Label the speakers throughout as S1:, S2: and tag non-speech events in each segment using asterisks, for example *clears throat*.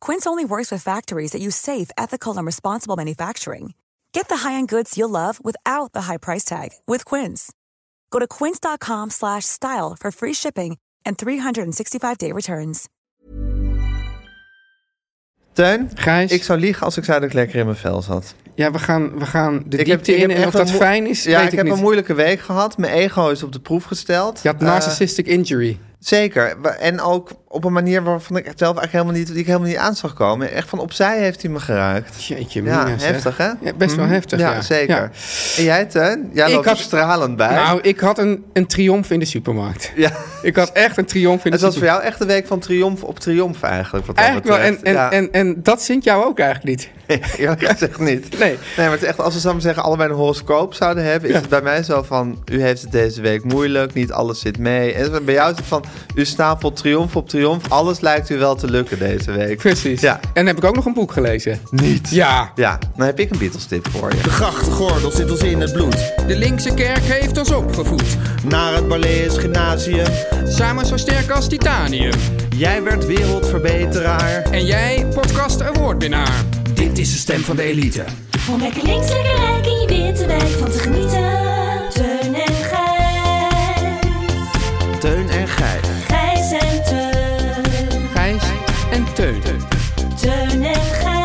S1: Quince only works with factories that use safe, ethical, and responsible manufacturing. Get the high-end goods you'll love without the high price tag with Quince. Go to quince.com slash style for free shipping and 365-day returns.
S2: Teun,
S3: Gijs,
S2: ik zou liegen als ik zei dat ik lekker in mijn vel zat.
S3: ja, we gaan, we gaan de
S2: Ik heb-
S3: diepte
S2: ik heb
S3: in.
S2: echt
S3: En of
S2: een
S3: dat
S2: moe-
S3: fijn is,
S2: Ja,
S3: weet
S2: ik
S3: ik,
S2: heb
S3: niet.
S2: een moeilijke week gehad. Mijn ego is op de proef gesteld.
S3: Je had
S2: Eh,
S3: narcissistic injury.
S2: zeker. Wa- En ook op een manier waarvan ik zelf eigenlijk helemaal niet, die ik helemaal niet aan zag komen. Echt van opzij heeft hij me geraakt.
S3: Jeetje,
S2: Ja,
S3: mina, zeg.
S2: heftig hè?
S3: Ja, best wel
S2: Mhm.
S3: heftig, ja.
S2: zeker.
S3: Ja.
S2: En jij Teun? Jij
S3: Ik
S2: loopt
S3: had-
S2: er stralend bij.
S3: Nou, ik had een, een triomf in de supermarkt.
S2: ja.
S3: Ik had echt een triomf in de
S2: Het was voor
S3: supermarkt.
S2: jou echt een week van triomf op triomf eigenlijk. Wat dat
S3: Eigenlijk wel, en, en,
S2: betreft. Ja.
S3: en, en dat zint jou ook eigenlijk
S2: *laughs*
S3: niet.
S2: Eerlijk gezegd niet.
S3: Nee.
S2: Nee, maar het is echt, als we samen zeggen allebei een horoscoop zouden hebben, is
S3: Ja.
S2: het bij mij zo van: u heeft het deze week moeilijk, niet alles zit mee. En bij jou is het van: u stapelt triomf op triomf, alles lijkt u wel te lukken deze week.
S3: Precies.
S2: Ja,
S3: En dan heb ik ook nog een boek gelezen.
S2: niet.
S3: Ja.
S2: Ja, dan heb ik een Beatles tip voor je.
S4: De grachtgordel zit ons in het bloed.
S3: De linkse kerk heeft ons opgevoed.
S4: Naar het Balees Gymnasium.
S3: Samen zo sterk als titanium.
S4: Jij werd wereldverbeteraar.
S3: En jij, podcast awardwinnaar.
S4: Dit is de stem van de elite.
S5: Om lekker links, lekker rijk in je witte wijk van te genieten. Teun en Gijs.
S4: Teun en Gijs.
S5: Gijs en Teun.
S3: Gijs en Teun.
S5: Teun en Gijs.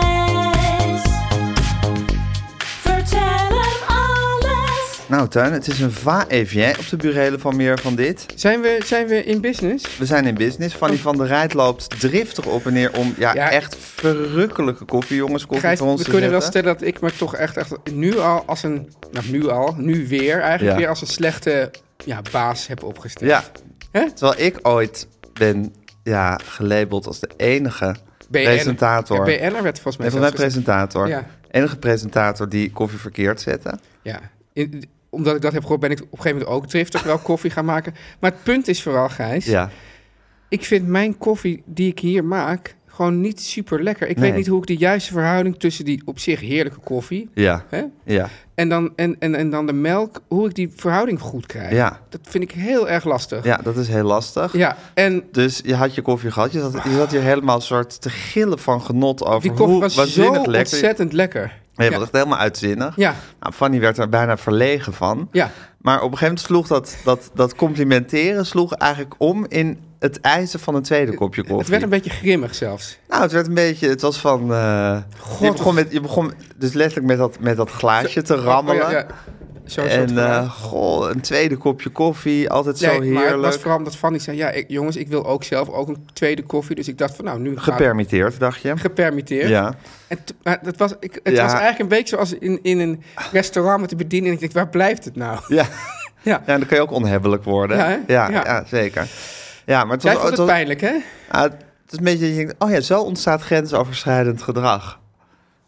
S5: Vertel hem alles.
S2: Nou, Tuin, het is een va evien op de burelen van meer van dit.
S3: Zijn we, zijn we in business?
S2: We zijn in business. Fanny van der Rijt loopt driftig op en neer om ja,
S3: Ja.
S2: echt verrukkelijke koffie, jongens, koffie
S3: Gijs,
S2: voor ons
S3: we
S2: te
S3: kunnen wel
S2: zetten.
S3: stellen dat ik me toch echt, echt nu al als een, nou nu al, nu weer eigenlijk
S2: Ja.
S3: weer als een slechte ja, baas heb opgesteld.
S2: Ja.
S3: Hè?
S2: Terwijl ik ooit ben ja, gelabeld als de enige
S3: BN'er.
S2: presentator.
S3: Ja, BN'er werd volgens mij
S2: Nee, van
S3: zelfs
S2: mij
S3: gezegd.
S2: presentator.
S3: Ja.
S2: Enige presentator die koffie verkeerd zette.
S3: Ja. In- omdat ik dat heb gehoord, ben ik op een gegeven moment ook driftig wel *laughs* koffie gaan maken. Maar het punt is vooral, Gijs,
S2: Ja.
S3: ik vind mijn koffie die ik hier maak gewoon niet super lekker. Ik
S2: Nee.
S3: weet niet hoe ik de juiste verhouding tussen die op zich heerlijke koffie
S2: Ja.
S3: hè,
S2: Ja.
S3: en, dan, en, en, en dan de melk, hoe ik die verhouding goed krijg.
S2: Ja.
S3: Dat vind ik heel erg lastig.
S2: ja, dat is heel lastig.
S3: ja en
S2: Dus je had je koffie gehad. Je zat, je zat hier helemaal een soort te gillen van genot over
S3: Die koffie
S2: hoe
S3: was zo
S2: waanzinnig lekker.
S3: ontzettend lekker.
S2: Nee,
S3: ja.
S2: was echt helemaal uitzinnig.
S3: Ja.
S2: Nou, Fanny werd er bijna verlegen van.
S3: Ja.
S2: Maar op een gegeven moment sloeg dat, dat, dat complimenteren sloeg eigenlijk om in het eisen van een tweede kopje koffie.
S3: Eh, Het werd een beetje grimmig zelfs.
S2: Nou, het werd een beetje, het was van. eh, je, begon met, je begon dus letterlijk met dat, met dat glaasje te rammelen.
S3: Oh, ja, ja. Zo'n soort
S2: En
S3: geluid.
S2: eh, goh, een tweede kopje koffie, altijd zo
S3: Nee, maar het was
S2: heerlijk.
S3: vooral omdat Fanny zei... ja, ik, jongens, ik wil ook zelf ook een tweede koffie. Dus ik dacht van, nou, nu gaat-
S2: Gepermitteerd, dacht je?
S3: gepermitteerd.
S2: Ja.
S3: En t- maar dat was, ik, het
S2: Ja.
S3: was eigenlijk een beetje zoals in, in een restaurant met de bediening. En ik denk, waar blijft het nou?
S2: Ja.
S3: Ja.
S2: *laughs* ja, dan kan je ook onhebbelijk worden.
S3: Ja, hè?
S2: ja,
S3: Ja.
S2: ja, zeker. Ja, maar het
S3: Jij
S2: was, het
S3: vond het
S2: was-
S3: pijnlijk, hè?
S2: ah, het is een beetje, dat je denkt, oh ja, zo ontstaat grensoverschrijdend gedrag.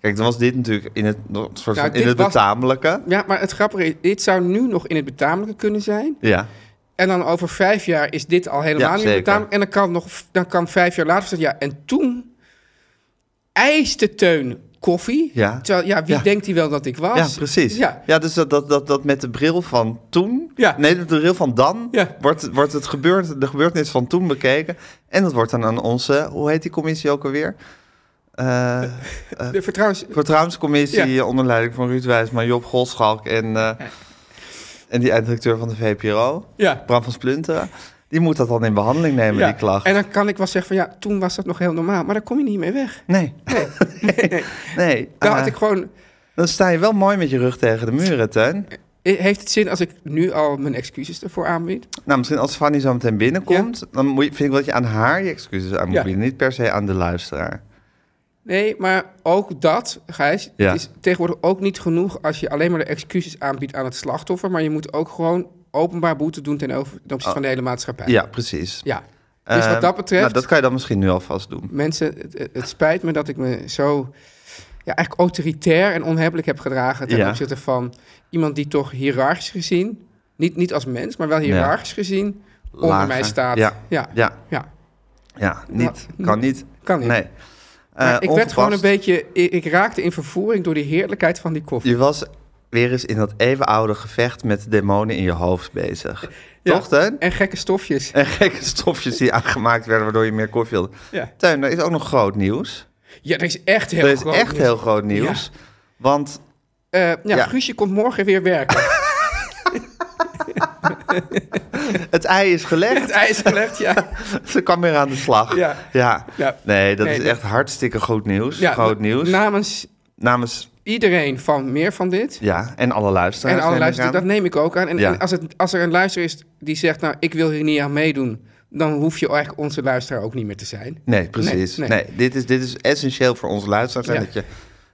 S2: Kijk, dan was dit natuurlijk in het, nog een soort
S3: Nou,
S2: van, in
S3: dit
S2: het
S3: was-
S2: betamelijke.
S3: Ja, maar het grappige is, dit zou nu nog in het betamelijke kunnen zijn.
S2: Ja.
S3: En dan over vijf jaar is dit al helemaal
S2: Ja,
S3: niet
S2: zeker.
S3: betaald. En dan kan, nog, dan kan vijf jaar later zeggen, ja, en toen eiste Teun koffie.
S2: Ja.
S3: Terwijl, ja, wie
S2: Ja.
S3: denkt hij wel dat ik was?
S2: Ja, precies. Ja,
S3: Ja.
S2: dus dat, dat, dat, dat met de bril van toen,
S3: Ja.
S2: nee, met de bril van dan,
S3: Ja.
S2: wordt, wordt het gebeurd, de gebeurtenis van toen bekeken. En dat wordt dan aan onze, hoe heet die commissie ook alweer? Eh
S3: De vertrouwens...
S2: Vertrouwenscommissie
S3: Ja.
S2: onder leiding van Ruud Wijsma, Job Golschalk en, eh, en die einddirecteur van de VPRO,
S3: Ja.
S2: Bram van Splunten. Die moet dat dan in behandeling nemen,
S3: ja.
S2: die klacht.
S3: En dan kan ik wel zeggen van, ja, toen was dat nog heel normaal. Maar daar kom je niet mee weg.
S2: Nee, *laughs*
S3: Nee, nee, nee.
S2: nee.
S3: Daar
S2: Eh,
S3: had ik gewoon...
S2: Dan sta je wel mooi met je rug tegen de muren, Teun.
S3: eh, heeft het zin als ik nu al mijn excuses ervoor aanbied?
S2: Nou, misschien als Fanny zo meteen binnenkomt, dan moet je, vind ik dat je aan haar je excuses aan moet
S3: Ja.
S2: bieden. Niet per se aan de luisteraar.
S3: Nee, maar ook dat, Gijs,
S2: Ja.
S3: het is tegenwoordig ook niet genoeg als je alleen maar de excuses aanbiedt aan het slachtoffer, maar je moet ook gewoon openbaar boete doen ten, over, ten opzichte van de hele maatschappij.
S2: Oh. Ja, precies.
S3: Ja. Dus wat
S2: Eh,
S3: dat betreft,
S2: Nou, dat kan je dan misschien nu alvast doen.
S3: mensen, het, het spijt me dat ik me zo ja, eigenlijk autoritair en onhebbelijk heb gedragen ten
S2: Ja.
S3: opzichte van iemand die toch hiërarchisch gezien, niet, niet als mens, maar wel hiërarchisch gezien, onder
S2: Lager.
S3: mij staat.
S2: Ja.
S3: ja.
S2: Ja,
S3: ja.
S2: ja niet.
S3: Nou,
S2: kan niet.
S3: kan niet.
S2: Nee. Eh,
S3: Maar ik werd gewoon een
S2: ongepast.
S3: beetje, ik, ik raakte in vervoering door de heerlijkheid van die koffie.
S2: Je was weer eens in dat eeuwenoude gevecht met de demonen in je hoofd bezig.
S3: *laughs* Ja.
S2: Toch, Teun?
S3: En gekke stofjes.
S2: En gekke stofjes die aangemaakt werden waardoor je meer koffie wilde.
S3: Ja.
S2: Teun, er is ook nog groot nieuws.
S3: Ja, dat is echt heel
S2: er is
S3: groot
S2: echt
S3: nieuws.
S2: heel groot nieuws. Want
S3: Eh, ja,
S2: Ja.
S3: Guusje komt morgen weer werken. *laughs*
S2: het ei is
S3: het
S2: gelegd.
S3: ijs gelegd, *laughs* ja.
S2: Ze kan weer aan de slag.
S3: Ja.
S2: ja.
S3: Ja.
S2: Nee, dat
S3: Nee,
S2: is
S3: dat-
S2: echt hartstikke goed nieuws.
S3: ja
S2: groot
S3: na-
S2: nieuws.
S3: Namens
S2: Namens,
S3: iedereen van meer van dit.
S2: ja, en alle luisteraars.
S3: En alle
S2: neem ik
S3: luisteren, dat
S2: aan.
S3: neem ik ook aan. En,
S2: Ja.
S3: en als, het, als er een luisteraar is die zegt, nou, ik wil hier niet aan meedoen... dan hoef je eigenlijk onze luisteraar ook niet meer te zijn.
S2: Nee, precies. Nee,
S3: Nee, nee.
S2: dit, is, dit is essentieel voor onze luisteraars. En
S3: Ja.
S2: dat, je,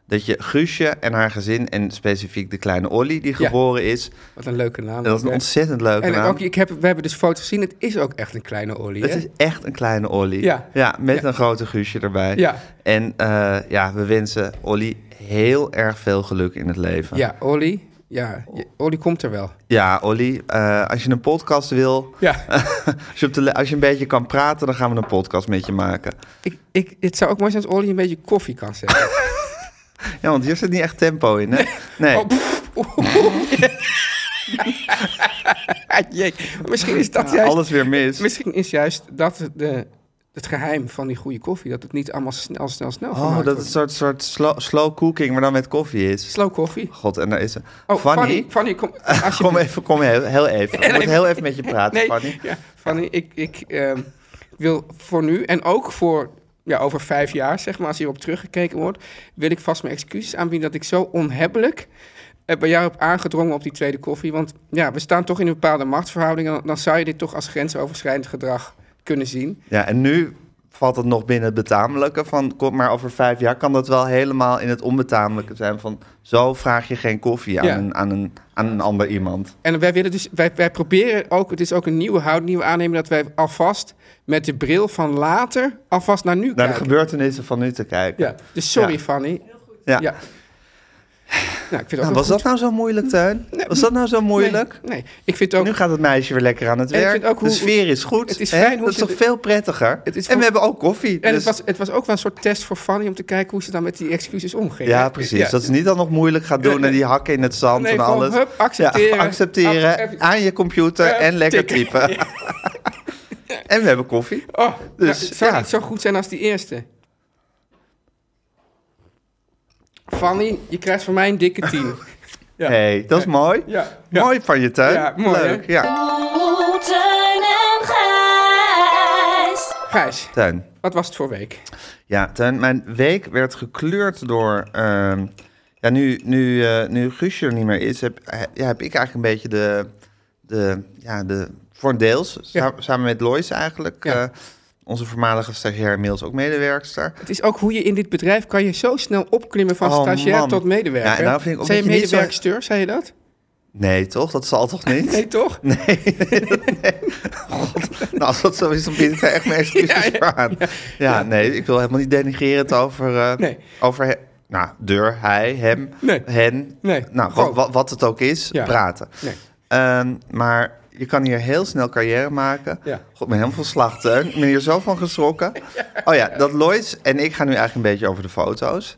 S2: dat je Guusje en haar gezin en specifiek de kleine Olly die
S3: Ja.
S2: geboren is.
S3: Wat een leuke naam.
S2: Dat is een
S3: ook, hè.
S2: ontzettend leuke
S3: En
S2: naam.
S3: ook, ik heb, we hebben dus foto's gezien. Het is ook echt een kleine olie,
S2: Het
S3: hè?
S2: is echt een kleine Olly.
S3: Ja.
S2: met
S3: Ja.
S2: een grote Guusje erbij.
S3: Ja.
S2: En eh, ja, we wensen Olly heel erg veel geluk in het leven.
S3: Ja, olie. Ja, je- olie komt er wel.
S2: Ja, Olly, eh, als je een podcast wil,
S3: Ja,
S2: als, je op de le- als je een beetje kan praten, dan gaan we een podcast met je maken.
S3: ik, ik, het zou ook mooi zijn als olie een beetje koffie
S2: *laughs*
S3: kan zetten.
S2: Ja, want hier zit niet echt tempo in, hè? Nee.
S3: Oh, *laughs* pff, oeh, oeh. *laughs*
S2: *laughs*
S3: Jee, Misschien is dat juist,
S2: Alles weer mis.
S3: misschien is juist dat de, het geheim van die goede koffie. Dat het niet allemaal snel, snel, snel
S2: Oh,
S3: gemaakt
S2: dat is een
S3: wordt.
S2: soort, soort slow, slow cooking, maar dan met koffie is.
S3: Slow koffie.
S2: God, en daar is ze.
S3: Oh,
S2: Fanny,
S3: Fanny, Fanny, kom, als je
S2: kom even, kom heel, heel
S3: *laughs*
S2: even. Ik moet heel even met je praten,
S3: nee,
S2: Fanny.
S3: Ja, Fanny, ik, ik ehm, wil voor nu en ook voor ja, over vijf jaar, zeg maar, als hierop teruggekeken wordt, wil ik vast mijn excuses aanbieden dat ik zo onhebbelijk eh, bij jou heb aangedrongen op die tweede koffie. Want ja, we staan toch in een bepaalde machtsverhouding. en Dan, dan zou je dit toch als grensoverschrijdend gedrag kunnen zien.
S2: Ja, en nu valt het nog binnen het betamelijke. Van, kom maar over vijf jaar kan dat wel helemaal in het onbetamelijke zijn. Van, zo vraag je geen koffie aan,
S3: Ja.
S2: een, aan, een, aan een ander iemand.
S3: En wij willen dus, wij, wij proberen ook, het is ook een nieuwe houding, nieuwe aannemen, dat wij alvast met de bril van later alvast naar nu
S2: Naar de
S3: kijken.
S2: gebeurtenissen van nu te kijken.
S3: Ja, dus sorry,
S2: Ja.
S3: Fanny.
S2: Ja.
S3: Ja. Nou, ik vind dat
S2: Nou,
S3: ook
S2: was dat nou zo moeilijk, Teun? Was dat nou zo moeilijk?
S3: Nee, nee. ik vind ook...
S2: Nu gaat het meisje weer lekker aan het
S3: En ik
S2: werk.
S3: vind ook
S2: de
S3: hoe-
S2: sfeer is goed.
S3: het is
S2: hè?
S3: fijn hoe
S2: dat is
S3: ze
S2: toch
S3: de-
S2: veel prettiger?
S3: Het is
S2: en we
S3: voor-
S2: hebben ook koffie. dus-
S3: En het, was, het was ook wel een soort test voor Fanny om te kijken hoe ze dan met die excuses omging.
S2: Ja, precies. Dat ze niet dan nog moeilijk gaat doen en die hakken in het zand
S3: Nee,
S2: en
S3: gewoon,
S2: alles.
S3: hup, accepteren.
S2: Ja, accepteren.
S3: Ac-
S2: aan je computer
S3: Eh,
S2: en lekker
S3: tikken.
S2: typen.
S3: *laughs*
S2: *laughs* en we hebben koffie.
S3: Oh,
S2: Dus,
S3: dus, zou
S2: ja.
S3: niet zo goed zijn als die eerste. Fanny, je krijgt van mij een dikke
S2: *laughs*
S3: tien. Ja.
S2: hey, dat is mooi.
S3: Ja, ja.
S2: Mooi van je tuin.
S3: Ja, mooi,
S2: Leuk. Ja,
S5: Oeh, Teun en Gijs.
S3: Gijs,
S2: tuin.
S3: wat was het voor week?
S2: Ja, Teun, mijn week werd gekleurd door... ehm, ja, nu, nu, eh, nu Guusje er niet meer is, heb, eh, ja, heb ik eigenlijk een beetje de... de ja, de voor een deels, sa- samen met Lois eigenlijk...
S3: Ja.
S2: eh, onze voormalige stagiair, inmiddels ook medewerkster.
S3: Het is ook hoe je in dit bedrijf kan je zo snel opklimmen van
S2: Oh,
S3: stagiair
S2: man.
S3: tot medewerker.
S2: Ja, en daarom vind ik ook
S3: Zei je
S2: dat je niet zo-
S3: medewerkster, zei je dat?
S2: Nee, toch? Dat zal toch niet?
S3: *laughs* Nee, toch?
S2: *laughs* Nou, als dat zo is, dan bied ik daar echt mijn excuses
S3: *laughs* Ja, ja,
S2: voor aan. Ja, nee, ik wil helemaal niet denigrerend over... eh,
S3: Nee.
S2: over he- nou, deur, hij, hem,
S3: Nee.
S2: hen.
S3: Nee,
S2: Nou, wat,
S3: gewoon.
S2: wat, wat het ook is,
S3: Ja.
S2: praten.
S3: Nee.
S2: Ehm, maar je kan hier heel snel carrière maken.
S3: Ja.
S2: God, ik ben helemaal van slachten. Ik ben hier zo van
S3: *laughs*
S2: geschrokken. Oh ja, dat Lois en ik gaan nu eigenlijk een beetje over de foto's.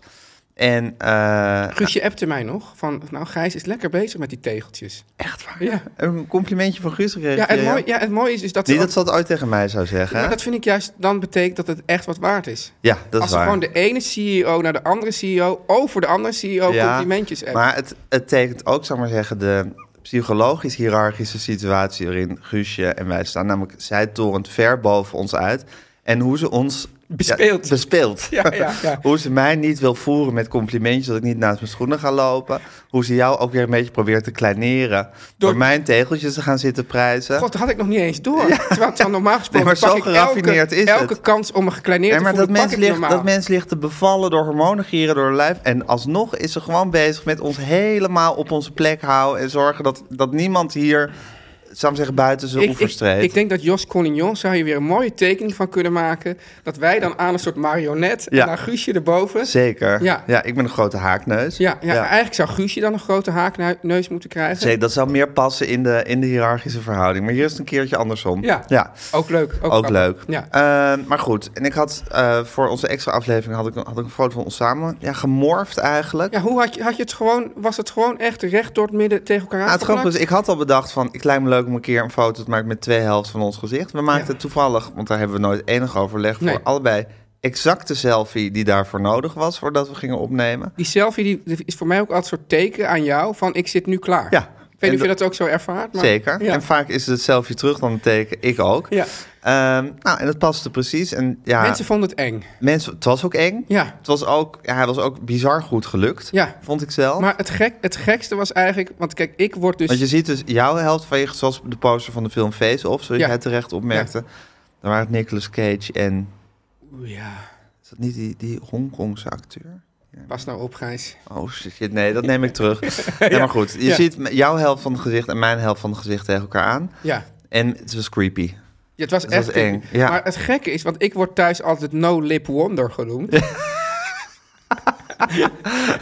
S2: En eh,
S3: Guusje appte mij nog van, nou Gijs is lekker bezig met die tegeltjes.
S2: echt waar.
S3: Ja.
S2: Heb ik een complimentje van Guus gekregen.
S3: Ja, het,
S2: via jou?
S3: mooie, ja, het mooie is, is dat ze
S2: Niet
S3: ook-
S2: dat ze dat ooit tegen mij zou zeggen. hè?
S3: Maar dat vind ik juist, dan betekent dat het echt wat waard is.
S2: Ja, dat
S3: Als
S2: is
S3: er
S2: waar.
S3: gewoon de ene CEO naar de andere CEO over de andere CEO
S2: Ja,
S3: complimentjes appt.
S2: Maar het, het tekent ook, zal ik maar zeggen, de psychologisch-hierarchische situatie waarin Guusje en wij staan. Namelijk, zij torent ver boven ons uit. En hoe ze ons
S3: bespeeld.
S2: Ja, bespeeld.
S3: Ja, ja, ja.
S2: Hoe ze mij niet wil voeren met complimentjes dat ik niet naast mijn schoenen ga lopen. Hoe ze jou ook weer een beetje probeert te kleineren. Door, mijn tegeltjes te gaan zitten prijzen.
S3: God, dat had ik nog niet eens door. Terwijl het dan normaal gesproken
S2: Nee, maar
S3: pak
S2: zo
S3: ik
S2: geraffineerd
S3: elke,
S2: is
S3: elke
S2: het.
S3: kans om me gekleineerd
S2: Ja,
S3: te
S2: maar
S3: voelen,
S2: dat mens,
S3: pak ik
S2: ligt,
S3: normaal.
S2: dat mens ligt te bevallen door hormonen gieren door het lijf. En alsnog is ze gewoon bezig met ons helemaal op onze plek houden. En zorgen dat, dat niemand hier, zou ik zeggen, buiten zijn
S3: ik,
S2: oevers
S3: ik,
S2: treedt.
S3: ik denk dat Jos Collignon zou hier weer een mooie tekening van kunnen maken. Dat wij dan aan een soort marionet
S2: Ja.
S3: en dan Guusje erboven.
S2: Zeker.
S3: Ja.
S2: Ja. ik ben een grote haakneus.
S3: Ja, ja,
S2: Ja.
S3: eigenlijk zou Guusje dan een grote haakneus moeten krijgen.
S2: Zeker, dat zou meer passen in de, in de hiërarchische verhouding. Maar hier is het een keertje andersom.
S3: Ja.
S2: ja.
S3: Ook leuk. Ook,
S2: Ook
S3: grappig.
S2: leuk.
S3: Ja.
S2: Eh, maar goed, en ik had eh, voor onze extra aflevering had ik, een- had ik een foto van ons samen ja, gemorfd eigenlijk.
S3: Ja, hoe had je, had je het gewoon, was het gewoon echt recht door het midden tegen elkaar
S2: Ja, het grappige is,
S3: aangeplakt?
S2: ik had al bedacht van, ik lijkt me leuk om een keer een foto te maken met twee helften van ons gezicht. We maakten
S3: Ja.
S2: toevallig, want daar hebben we nooit enig overleg voor,
S3: Nee.
S2: allebei exact de selfie die daarvoor nodig was voordat we gingen opnemen.
S3: Die selfie die, die is voor mij ook altijd een soort teken aan jou van ik zit nu klaar.
S2: Ja.
S3: Ik weet niet of
S2: En
S3: je dat ook zo ervaart. Maar,
S2: Zeker.
S3: Ja.
S2: En vaak is het selfie terug dan een teken, ik ook.
S3: Ja.
S2: Ehm, nou, en dat paste precies. En ja,
S3: Mensen vonden het eng.
S2: mensen- het was ook eng.
S3: Ja.
S2: Het was ook, ja, het was ook bizar goed gelukt,
S3: Ja.
S2: vond ik zelf.
S3: Maar het, gek, het gekste was eigenlijk, want kijk, ik word dus...
S2: Want je ziet dus jouw helft van je, zoals de poster van de film Face Off, zoals
S3: Ja.
S2: jij terecht opmerkte. Dan waren het Nicolas Cage en...
S3: Ja,
S2: Is dat niet die, die Hongkongse acteur?
S3: pas nou op, Gijs.
S2: Oh shit, nee, dat neem ik terug.
S3: *laughs*
S2: Nee, maar goed, je
S3: Ja.
S2: ziet m- jouw helft van het gezicht en mijn helft van het gezicht tegen elkaar aan.
S3: Ja.
S2: En het was creepy.
S3: Ja, het was
S2: Dat
S3: echt
S2: was
S3: creepy.
S2: eng, ja.
S3: Maar het gekke is, want ik word thuis altijd No Lip Wonder
S2: *laughs*
S3: genoemd.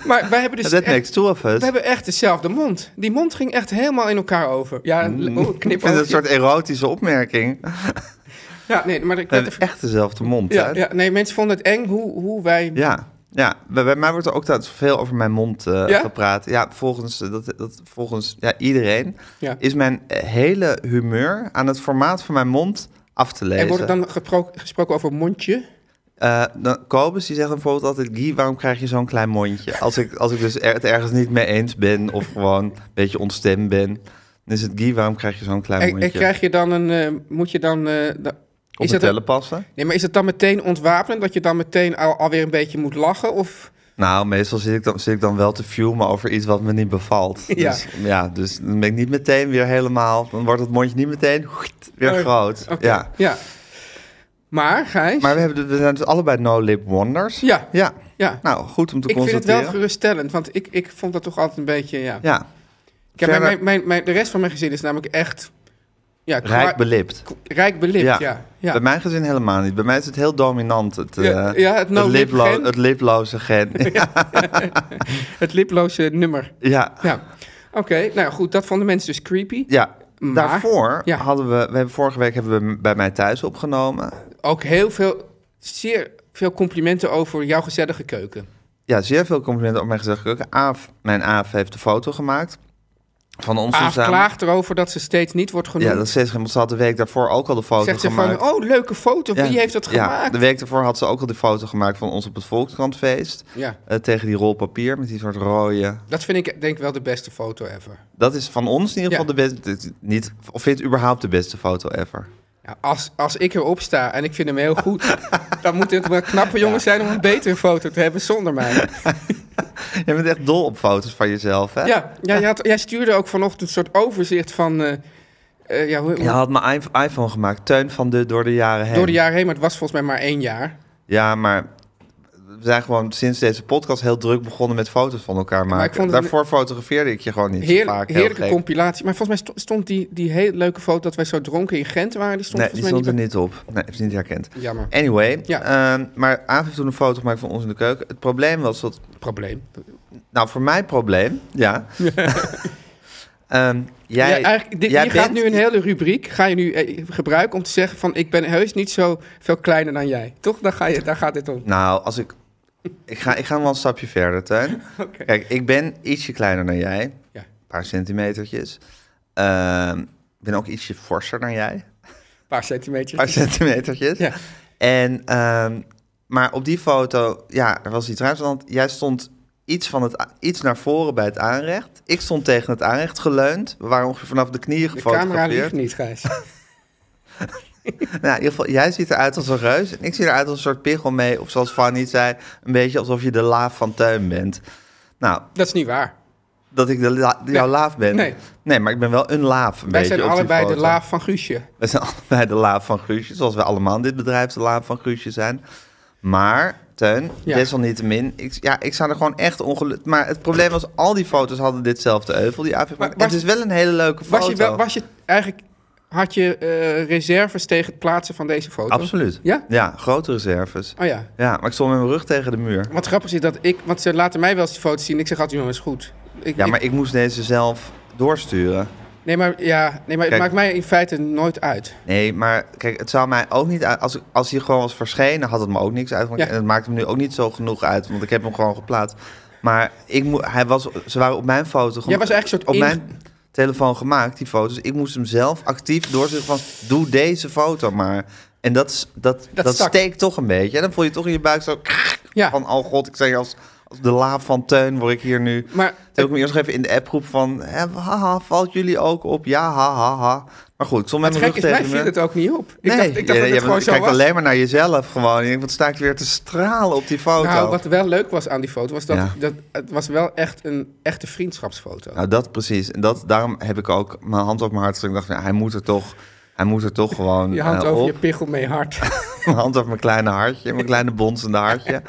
S3: maar wij hebben dus
S2: That
S3: echt,
S2: makes two of us.
S3: we hebben echt dezelfde mond. Die mond ging echt helemaal in elkaar over. Ja, een- oh,
S2: Ik *laughs* vind het Mm. een
S3: knipoogje.
S2: soort erotische opmerking. We
S3: Ja, nee, maar ik werd
S2: hebben
S3: Nou, even...
S2: echt dezelfde mond,
S3: Ja,
S2: hè?
S3: ja, nee, mensen vonden het eng hoe, hoe wij...
S2: Ja, ja. Bij, bij mij wordt er ook altijd veel over mijn mond eh,
S3: Ja?
S2: gepraat. Ja, volgens, eh, dat, dat, volgens ja, iedereen
S3: Ja.
S2: is mijn eh, hele humeur aan het formaat van mijn mond af te lezen.
S3: En wordt er dan gepro- gesproken over mondje?
S2: Eh, dan, Kobus die zegt dan bijvoorbeeld altijd... Guy, waarom krijg je zo'n klein mondje? Als ik, als ik dus er- het ergens niet mee eens ben of gewoon een beetje ontstemd ben... dan is het Guy, waarom krijg je zo'n klein
S3: En,
S2: mondje?
S3: en krijg je dan een... eh, moet je dan... eh, da-
S2: Op
S3: is
S2: het
S3: dat
S2: tellen passen?
S3: nee, maar is het dan meteen ontwapenend? Dat je dan meteen al, alweer een beetje moet lachen? Of...
S2: Nou, meestal zit ik, dan, zit ik dan wel te fumen over iets wat me niet bevalt.
S3: Ja.
S2: Dus, ja, dus dan ben ik niet meteen weer helemaal... dan wordt het mondje niet meteen *laughs* weer
S3: Eh,
S2: groot.
S3: Oké,
S2: Ja.
S3: ja. Maar, Gijs...
S2: Maar we, hebben, we zijn dus allebei no-lip wonders.
S3: Ja.
S2: ja.
S3: ja.
S2: Nou, goed om te
S3: ik vind het
S2: constateren.
S3: wel geruststellend, want ik, ik vond dat toch altijd een beetje... Ja.
S2: Ja,
S3: Kijk, mijn,
S2: verder-
S3: mijn, mijn, mijn- de rest van mijn gezin is namelijk echt... Ja, kwa-
S2: rijk belipt.
S3: k- rijk belipt, ja. ja.
S2: Bij mijn gezin helemaal niet. Bij mij is het heel dominant, het, eh,
S3: Ja, ja, het no-lip
S2: liplo-
S3: gen.
S2: het liploze gen.
S3: *laughs*
S2: ja.
S3: Het liploze nummer.
S2: Ja.
S3: Ja. Oké, nou goed, dat vonden mensen dus creepy. Maar-
S2: Daarvoor
S3: Ja.
S2: hadden we, we hebben vorige week hebben we bij mij thuis opgenomen.
S3: Ook heel veel, zeer veel complimenten over jouw gezellige keuken.
S2: Ja, zeer veel complimenten op mijn gezegd keuken. Aaf, mijn Aaf heeft de foto gemaakt van ons
S3: Aaf
S2: samen.
S3: klaagt erover dat ze steeds niet wordt genoemd.
S2: Ja, dat is steeds geen- want ze had de week daarvoor ook al de foto
S3: Zegt ze
S2: gemaakt.
S3: van, oh, leuke foto,
S2: Ja,
S3: wie heeft dat
S2: Ja,
S3: gemaakt?
S2: de week daarvoor had ze ook al die foto gemaakt van ons op het Volkskrantfeest.
S3: Ja.
S2: Eh, tegen die rol papier met die soort rode
S3: Dat vind ik denk ik wel de beste foto ever.
S2: Dat is van ons in ieder geval
S3: Ja.
S2: de beste. dit- Niet, of vind je het überhaupt de beste foto ever?
S3: Ja, als, als ik erop sta en ik vind hem heel goed, dan moet het wel knappe jongen zijn om een betere foto te hebben zonder mij.
S2: Je bent echt dol op foto's van jezelf, hè?
S3: Ja, ja, jij, had- jij stuurde ook vanochtend een soort overzicht van... eh, eh, ja, hoe-
S2: Je had mijn i- iPhone gemaakt, Teun van de door de jaren heen.
S3: Door de jaren heen, maar het was volgens mij maar één jaar.
S2: Ja, maar we zijn gewoon sinds deze podcast heel druk begonnen met foto's van elkaar maken.
S3: ik vond het-
S2: Daarvoor fotografeerde ik je gewoon niet zo
S3: Heerlijk-
S2: vaak. heel
S3: heerlijke
S2: gek.
S3: compilatie. Maar volgens mij sto- stond die, die hele leuke foto dat wij zo dronken in Gent waren. Die stond
S2: Nee, die
S3: volgens
S2: stond
S3: mij
S2: er
S3: niet.
S2: niet op. Nee, heb ze niet herkend.
S3: bij- Jammer.
S2: Anyway,
S3: Ja.
S2: ehm, maar Aaf heeft toen een foto gemaakt van ons in de keuken. Het probleem was dat *laughs*
S3: Probleem.
S2: Nou, voor mijn probleem, ja. Ehm, jij,
S3: ja, eigenlijk, dit,
S2: jij
S3: hier gaat
S2: bent-
S3: nu een hele rubriek. Ga je nu eh, gebruiken om te zeggen van ik ben heus niet zo veel kleiner dan jij. Toch? Daar, ga je, daar gaat dit om. *laughs*
S2: Nou, als ik... Ik ga, ik ga wel een stapje verder, Tuin.
S3: Oké.
S2: Kijk, ik ben ietsje kleiner dan jij. Een
S3: Ja.
S2: paar centimetertjes. Ehm, ik ben ook ietsje forser dan jij. Een
S3: Een paar centimeter. *laughs*
S2: paar centimetertjes.
S3: Ja.
S2: En, ehm, maar op die foto, ja, er was iets raars. Want jij stond iets, van het, a- iets naar voren bij het aanrecht. Ik stond tegen het aanrecht geleund. We waren ongeveer vanaf de knieën
S3: De camera
S2: gefotografeerd.
S3: ligt niet, Gijs.
S2: Nou, in ieder geval, jij ziet eruit als een reus en ik zie eruit als een soort pichel mee. Of zoals Fanny zei, een beetje alsof je de laaf van tuin bent. Nou,
S3: *laughs* Dat is niet waar.
S2: dat ik de la- jouw laaf ben.
S3: Nee.
S2: nee, maar ik ben wel een laaf. Een
S3: Wij
S2: beetje,
S3: zijn
S2: op die
S3: allebei de
S2: foto.
S3: laaf van Guusje.
S2: Wij zijn *laughs* allebei de laaf van Guusje, zoals we allemaal in dit bedrijf de laaf van Guusje zijn. Maar, Teun,
S3: Ja.
S2: desalniettemin, ik, ja, ik sta er gewoon echt ongelukkig... Maar het probleem was, al die foto's hadden ditzelfde euvel, die AVG.
S3: Maar
S2: Maar,
S3: was-
S2: het is wel een hele leuke foto.
S3: Was je, wel, was je eigenlijk... Had je eh, reserves tegen het plaatsen van deze foto?
S2: Absoluut.
S3: Ja?
S2: Ja, grote reserves.
S3: Oh ja.
S2: Ja, maar ik stond met mijn rug tegen de muur.
S3: Wat grappig is dat ik... Want ze laten mij wel eens die foto's zien. Ik zeg altijd, jongens, goed. Ik,
S2: Ja,
S3: ik-
S2: maar ik moest deze zelf doorsturen.
S3: nee, maar, ja, nee, maar het
S2: Kijk.
S3: maakt mij in feite nooit uit.
S2: Nee, maar kijk, het zou mij ook niet uit... Als, als hij gewoon was verschenen, had het me ook niks uit.
S3: Ja.
S2: En het maakt me nu ook niet zo genoeg uit, want ik heb hem gewoon geplaatst. Maar ik moe- hij was, ze waren op mijn foto... gem-
S3: Jij was eigenlijk een
S2: Op
S3: soort
S2: mijn telefoon gemaakt, die foto's. Ik moest hem zelf actief doorsturen van... Doe deze foto maar. En dat, is- dat, dat,
S3: Dat stak.
S2: steekt toch een beetje. En dan voel je toch in je buik zo...
S3: Ja.
S2: Van, oh god, ik zeg als, als de laaf van Teun word ik hier nu...
S3: Maar
S2: Toen heb ik me eerst nog even in de appgroep van... hè, Haha, valt jullie ook op? Ja, ha, ha, ha. Maar goed, ik stond met
S3: het
S2: mijn
S3: gek
S2: rug
S3: is,
S2: tegen
S3: mij
S2: de
S3: viel
S2: muur.
S3: het ook niet op. Ik dacht, ik dacht
S2: je-
S3: dat
S2: je
S3: het gewoon
S2: bent-
S3: zo
S2: kijkt
S3: was.
S2: alleen maar naar jezelf gewoon. Ik denk, wat sta ik weer te stralen op die foto?
S3: Nou,
S2: Nou,
S3: wat wel leuk was aan die foto, was dat,
S2: Ja.
S3: dat het was wel echt een echte vriendschapsfoto.
S2: Nou, dat precies. En dat, daarom heb ik ook mijn hand op mijn hart. Ik dacht, nou, hij moet er toch... Hij moet er toch gewoon
S3: *laughs* je hand
S2: eh,
S3: over
S2: op.
S3: je pichel mee hard.
S2: *laughs* Mijn hand op mijn kleine hartje, mijn kleine bonzende
S3: *laughs*
S2: hartje.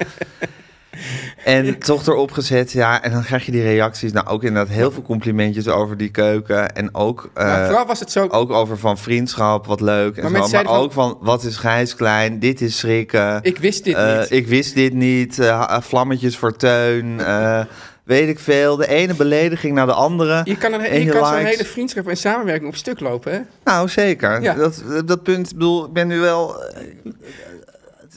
S2: En toch erop gezet, ja. En dan krijg je die reacties. Nou, ook inderdaad heel veel complimentjes over die keuken. En ook, eh,
S3: maar vooral was het zo...
S2: ook over van vriendschap, wat leuk. En
S3: Maar
S2: maar
S3: mensen
S2: zo. maar
S3: zeiden
S2: ook van, wat is Gijs klein, dit is schrikken.
S3: ik wist dit
S2: Eh,
S3: niet.
S2: ik wist dit niet. Eh, ha- vlammetjes voor Teun.
S3: *laughs*
S2: eh, weet ik veel. De ene belediging naar de andere.
S3: Je kan, een,
S2: En
S3: je
S2: je
S3: kan zo'n
S2: likes.
S3: hele vriendschap en samenwerking op stuk lopen, hè?
S2: Nou, zeker.
S3: Ja.
S2: Dat, dat punt, ik bedoel, ik ben nu wel... eh,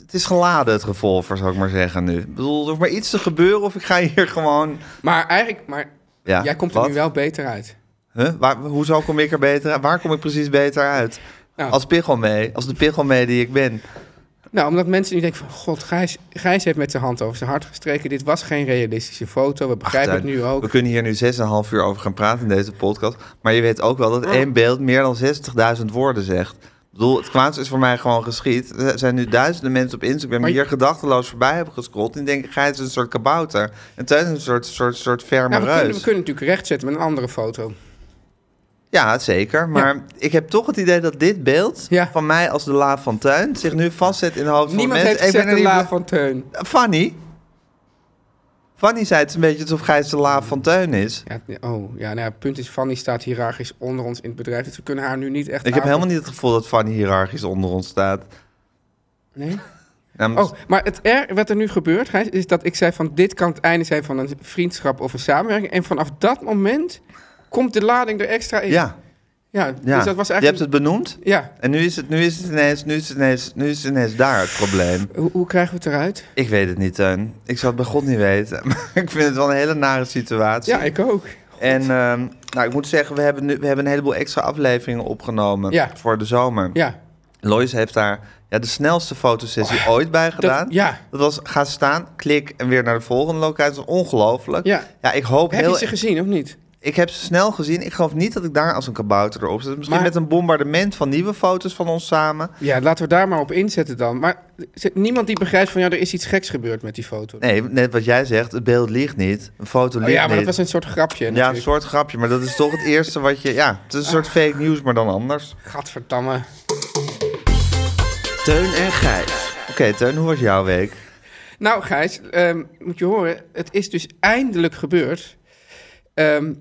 S2: Het is geladen, het revolver, zou ik maar zeggen nu. Ik bedoel, er hoeft maar iets te gebeuren of ik ga hier *laughs* gewoon...
S3: Maar eigenlijk, maar
S2: Ja,
S3: jij komt er
S2: wat?
S3: nu wel beter uit.
S2: Huh? Waar, hoezo kom ik er beter uit? Waar kom ik precies beter uit?
S3: Nou.
S2: Als pichel mee. Als de pichel mee die ik ben.
S3: Nou, omdat mensen nu denken van... God, Gijs, Gijs heeft met zijn hand over zijn hart gestreken. Dit was geen realistische foto. We begrijpen het nu ook.
S2: We kunnen hier nu 6,5 uur over gaan praten in deze podcast. Maar je weet ook wel
S3: Oh.
S2: dat één beeld meer dan 60.000 woorden zegt. Ik bedoel, het kwaad is voor mij gewoon geschied. Er zijn nu duizenden mensen op Instagram
S3: Maar
S2: die
S3: je-
S2: hier gedachteloos voorbij hebben gescrollt. En die denken, Gijs is een soort kabouter. En Teun is een soort, soort, soort ferme
S3: Nou, we, kunnen,
S2: reus.
S3: we kunnen natuurlijk rechtzetten met een andere foto.
S2: Ja, zeker. Maar ik heb toch het idee dat dit beeld
S3: Ja.
S2: van mij als de laaf van Tuin zich nu vastzet in de hoofd
S3: Niemand
S2: van
S3: heeft
S2: mensen. Ik
S3: gezegd
S2: ben er niet
S3: de la
S2: bl-
S3: van Teun.
S2: Fanny? Fanny zei het een beetje alsof Gijs de laaf van Tuin is.
S3: Ja, het- oh, ja, nou ja, het punt is, Fanny staat hiërarchisch onder ons in het bedrijf. Dus we kunnen haar nu niet echt...
S2: Ik heb
S3: aan-
S2: helemaal niet het gevoel dat Fanny hiërarchisch onder ons staat. Ehm,
S3: Nee?
S2: Ja, maar-
S3: Oh, maar het er, wat er nu gebeurt, Gijs, is dat ik zei van... dit kan het einde zijn van een vriendschap of een samenwerking. En vanaf dat moment komt de lading er extra in.
S2: ja,
S3: ja,
S2: ja.
S3: dus dat was
S2: je
S3: eigenlijk...
S2: hebt het benoemd.
S3: Ja,
S2: En nu is het, nu is het, ineens, nu is het, ineens, nu is het ineens daar het probleem.
S3: hoe, hoe krijgen we het eruit?
S2: Ik weet het niet, Teun. Ik zou het bij God niet weten. *laughs* Maar ik vind het wel een hele nare situatie.
S3: Ja, ik ook.
S2: En ehm, nou, ik moet zeggen, we hebben, nu, we hebben een heleboel extra afleveringen opgenomen
S3: Ja.
S2: voor de zomer.
S3: Ja,
S2: Lois heeft daar ja, de snelste fotosessie ooit bij gedaan.
S3: Oh, ja.
S2: Dat was ga staan, klik en weer naar de volgende locatie. Dat is ongelooflijk.
S3: Ja.
S2: ik hoop
S3: heb
S2: heel...
S3: je ze gezien of niet?
S2: Ik heb ze snel gezien. Ik geloof niet dat ik daar als een kabouter erop zit. Misschien
S3: Maar-
S2: met een bombardement van nieuwe foto's van ons samen.
S3: Ja, laten we daar maar op inzetten dan. Maar zit niemand die begrijpt van... ja, er is iets geks gebeurd met die foto.
S2: Nee, net wat jij zegt, het beeld liegt niet. Een foto
S3: Oh
S2: liegt
S3: ja, maar dat
S2: niet.
S3: was een soort grapje
S2: ja, een
S3: natuurlijk.
S2: soort grapje, maar dat is toch het eerste wat je... Ja, het is een soort fake news, maar dan anders.
S3: Gadverdamme.
S4: Teun en Gijs.
S2: Oké, Teun, hoe was jouw week?
S3: Nou, Gijs, ehm, moet je horen, het is dus eindelijk gebeurd. Ehm,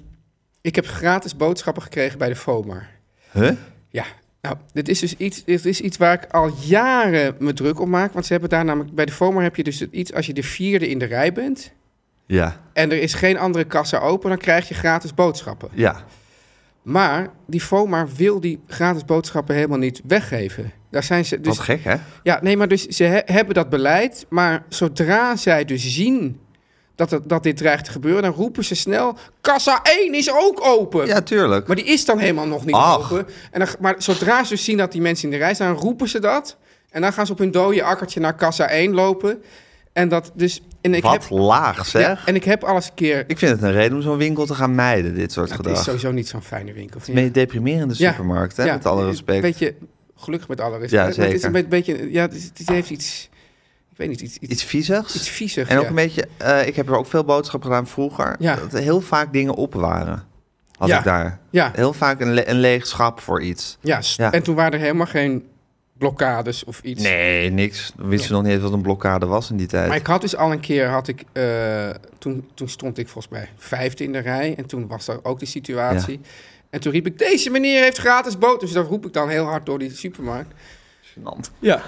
S3: ik heb gratis boodschappen gekregen bij de FOMAR.
S2: Huh?
S3: Ja, nou, dit is dus iets, dit is iets waar ik al jaren me druk om maak. Want ze hebben daar namelijk, bij de FOMAR heb je dus het iets als je de vierde in de rij bent.
S2: Ja,
S3: En er is geen andere kassa open, dan krijg je gratis boodschappen.
S2: ja.
S3: Maar die FOMAR wil die gratis boodschappen helemaal niet weggeven. Daar zijn ze, dus
S2: Wat gek, hè?
S3: ja, nee, maar dus ze he- hebben dat beleid. Maar zodra zij dus zien dat, het, dat dit dreigt te gebeuren, dan roepen ze snel: Kassa 1 is ook open.
S2: Ja, tuurlijk.
S3: Maar die is dan helemaal nog niet
S2: Ach.
S3: open. En dan, maar zodra ze dus zien dat die mensen in de rij staan, roepen ze dat. En dan gaan ze op hun dode akkertje naar kassa 1 lopen. En dat dus. En ik
S2: wat
S3: heb,
S2: laag, zeg.
S3: ja, en ik heb alles een keer.
S2: Ik vind het een reden om zo'n winkel te gaan mijden, dit soort
S3: Het
S2: gedrag.
S3: is
S2: Het is
S3: sowieso niet zo'n fijne winkel. vind
S2: een
S3: je?
S2: beetje deprimerende supermarkt, hè?
S3: Ja,
S2: met alle
S3: eh,
S2: respect.
S3: Weet je, Gelukkig met alle respect.
S2: Ja,
S3: Maar Het is
S2: zeker.
S3: een be- beetje, ja, het, is- het heeft iets, ik weet niet, iets, iets,
S2: Iets
S3: iets,
S2: viezigs.
S3: viezig.
S2: en ook
S3: ja.
S2: een beetje, eh, ik heb er ook veel boodschappen gedaan vroeger.
S3: Ja.
S2: Dat er heel vaak dingen op waren. Had
S3: Ja.
S2: ik daar.
S3: ja,
S2: Heel vaak een, le- een leeg schap voor iets.
S3: ja, st-
S2: Ja.
S3: en toen waren er helemaal geen blokkades of iets.
S2: Nee, niks. We wisten nog niet eens wat een blokkade was in die tijd.
S3: Maar ik had dus al een keer, had ik, eh, toen, toen stond ik volgens mij vijfde in de rij. En toen was er ook die situatie. En toen riep ik, deze meneer heeft gratis boter. Dus dat roep ik dan heel hard door die supermarkt.
S2: Gênant.
S3: Ja.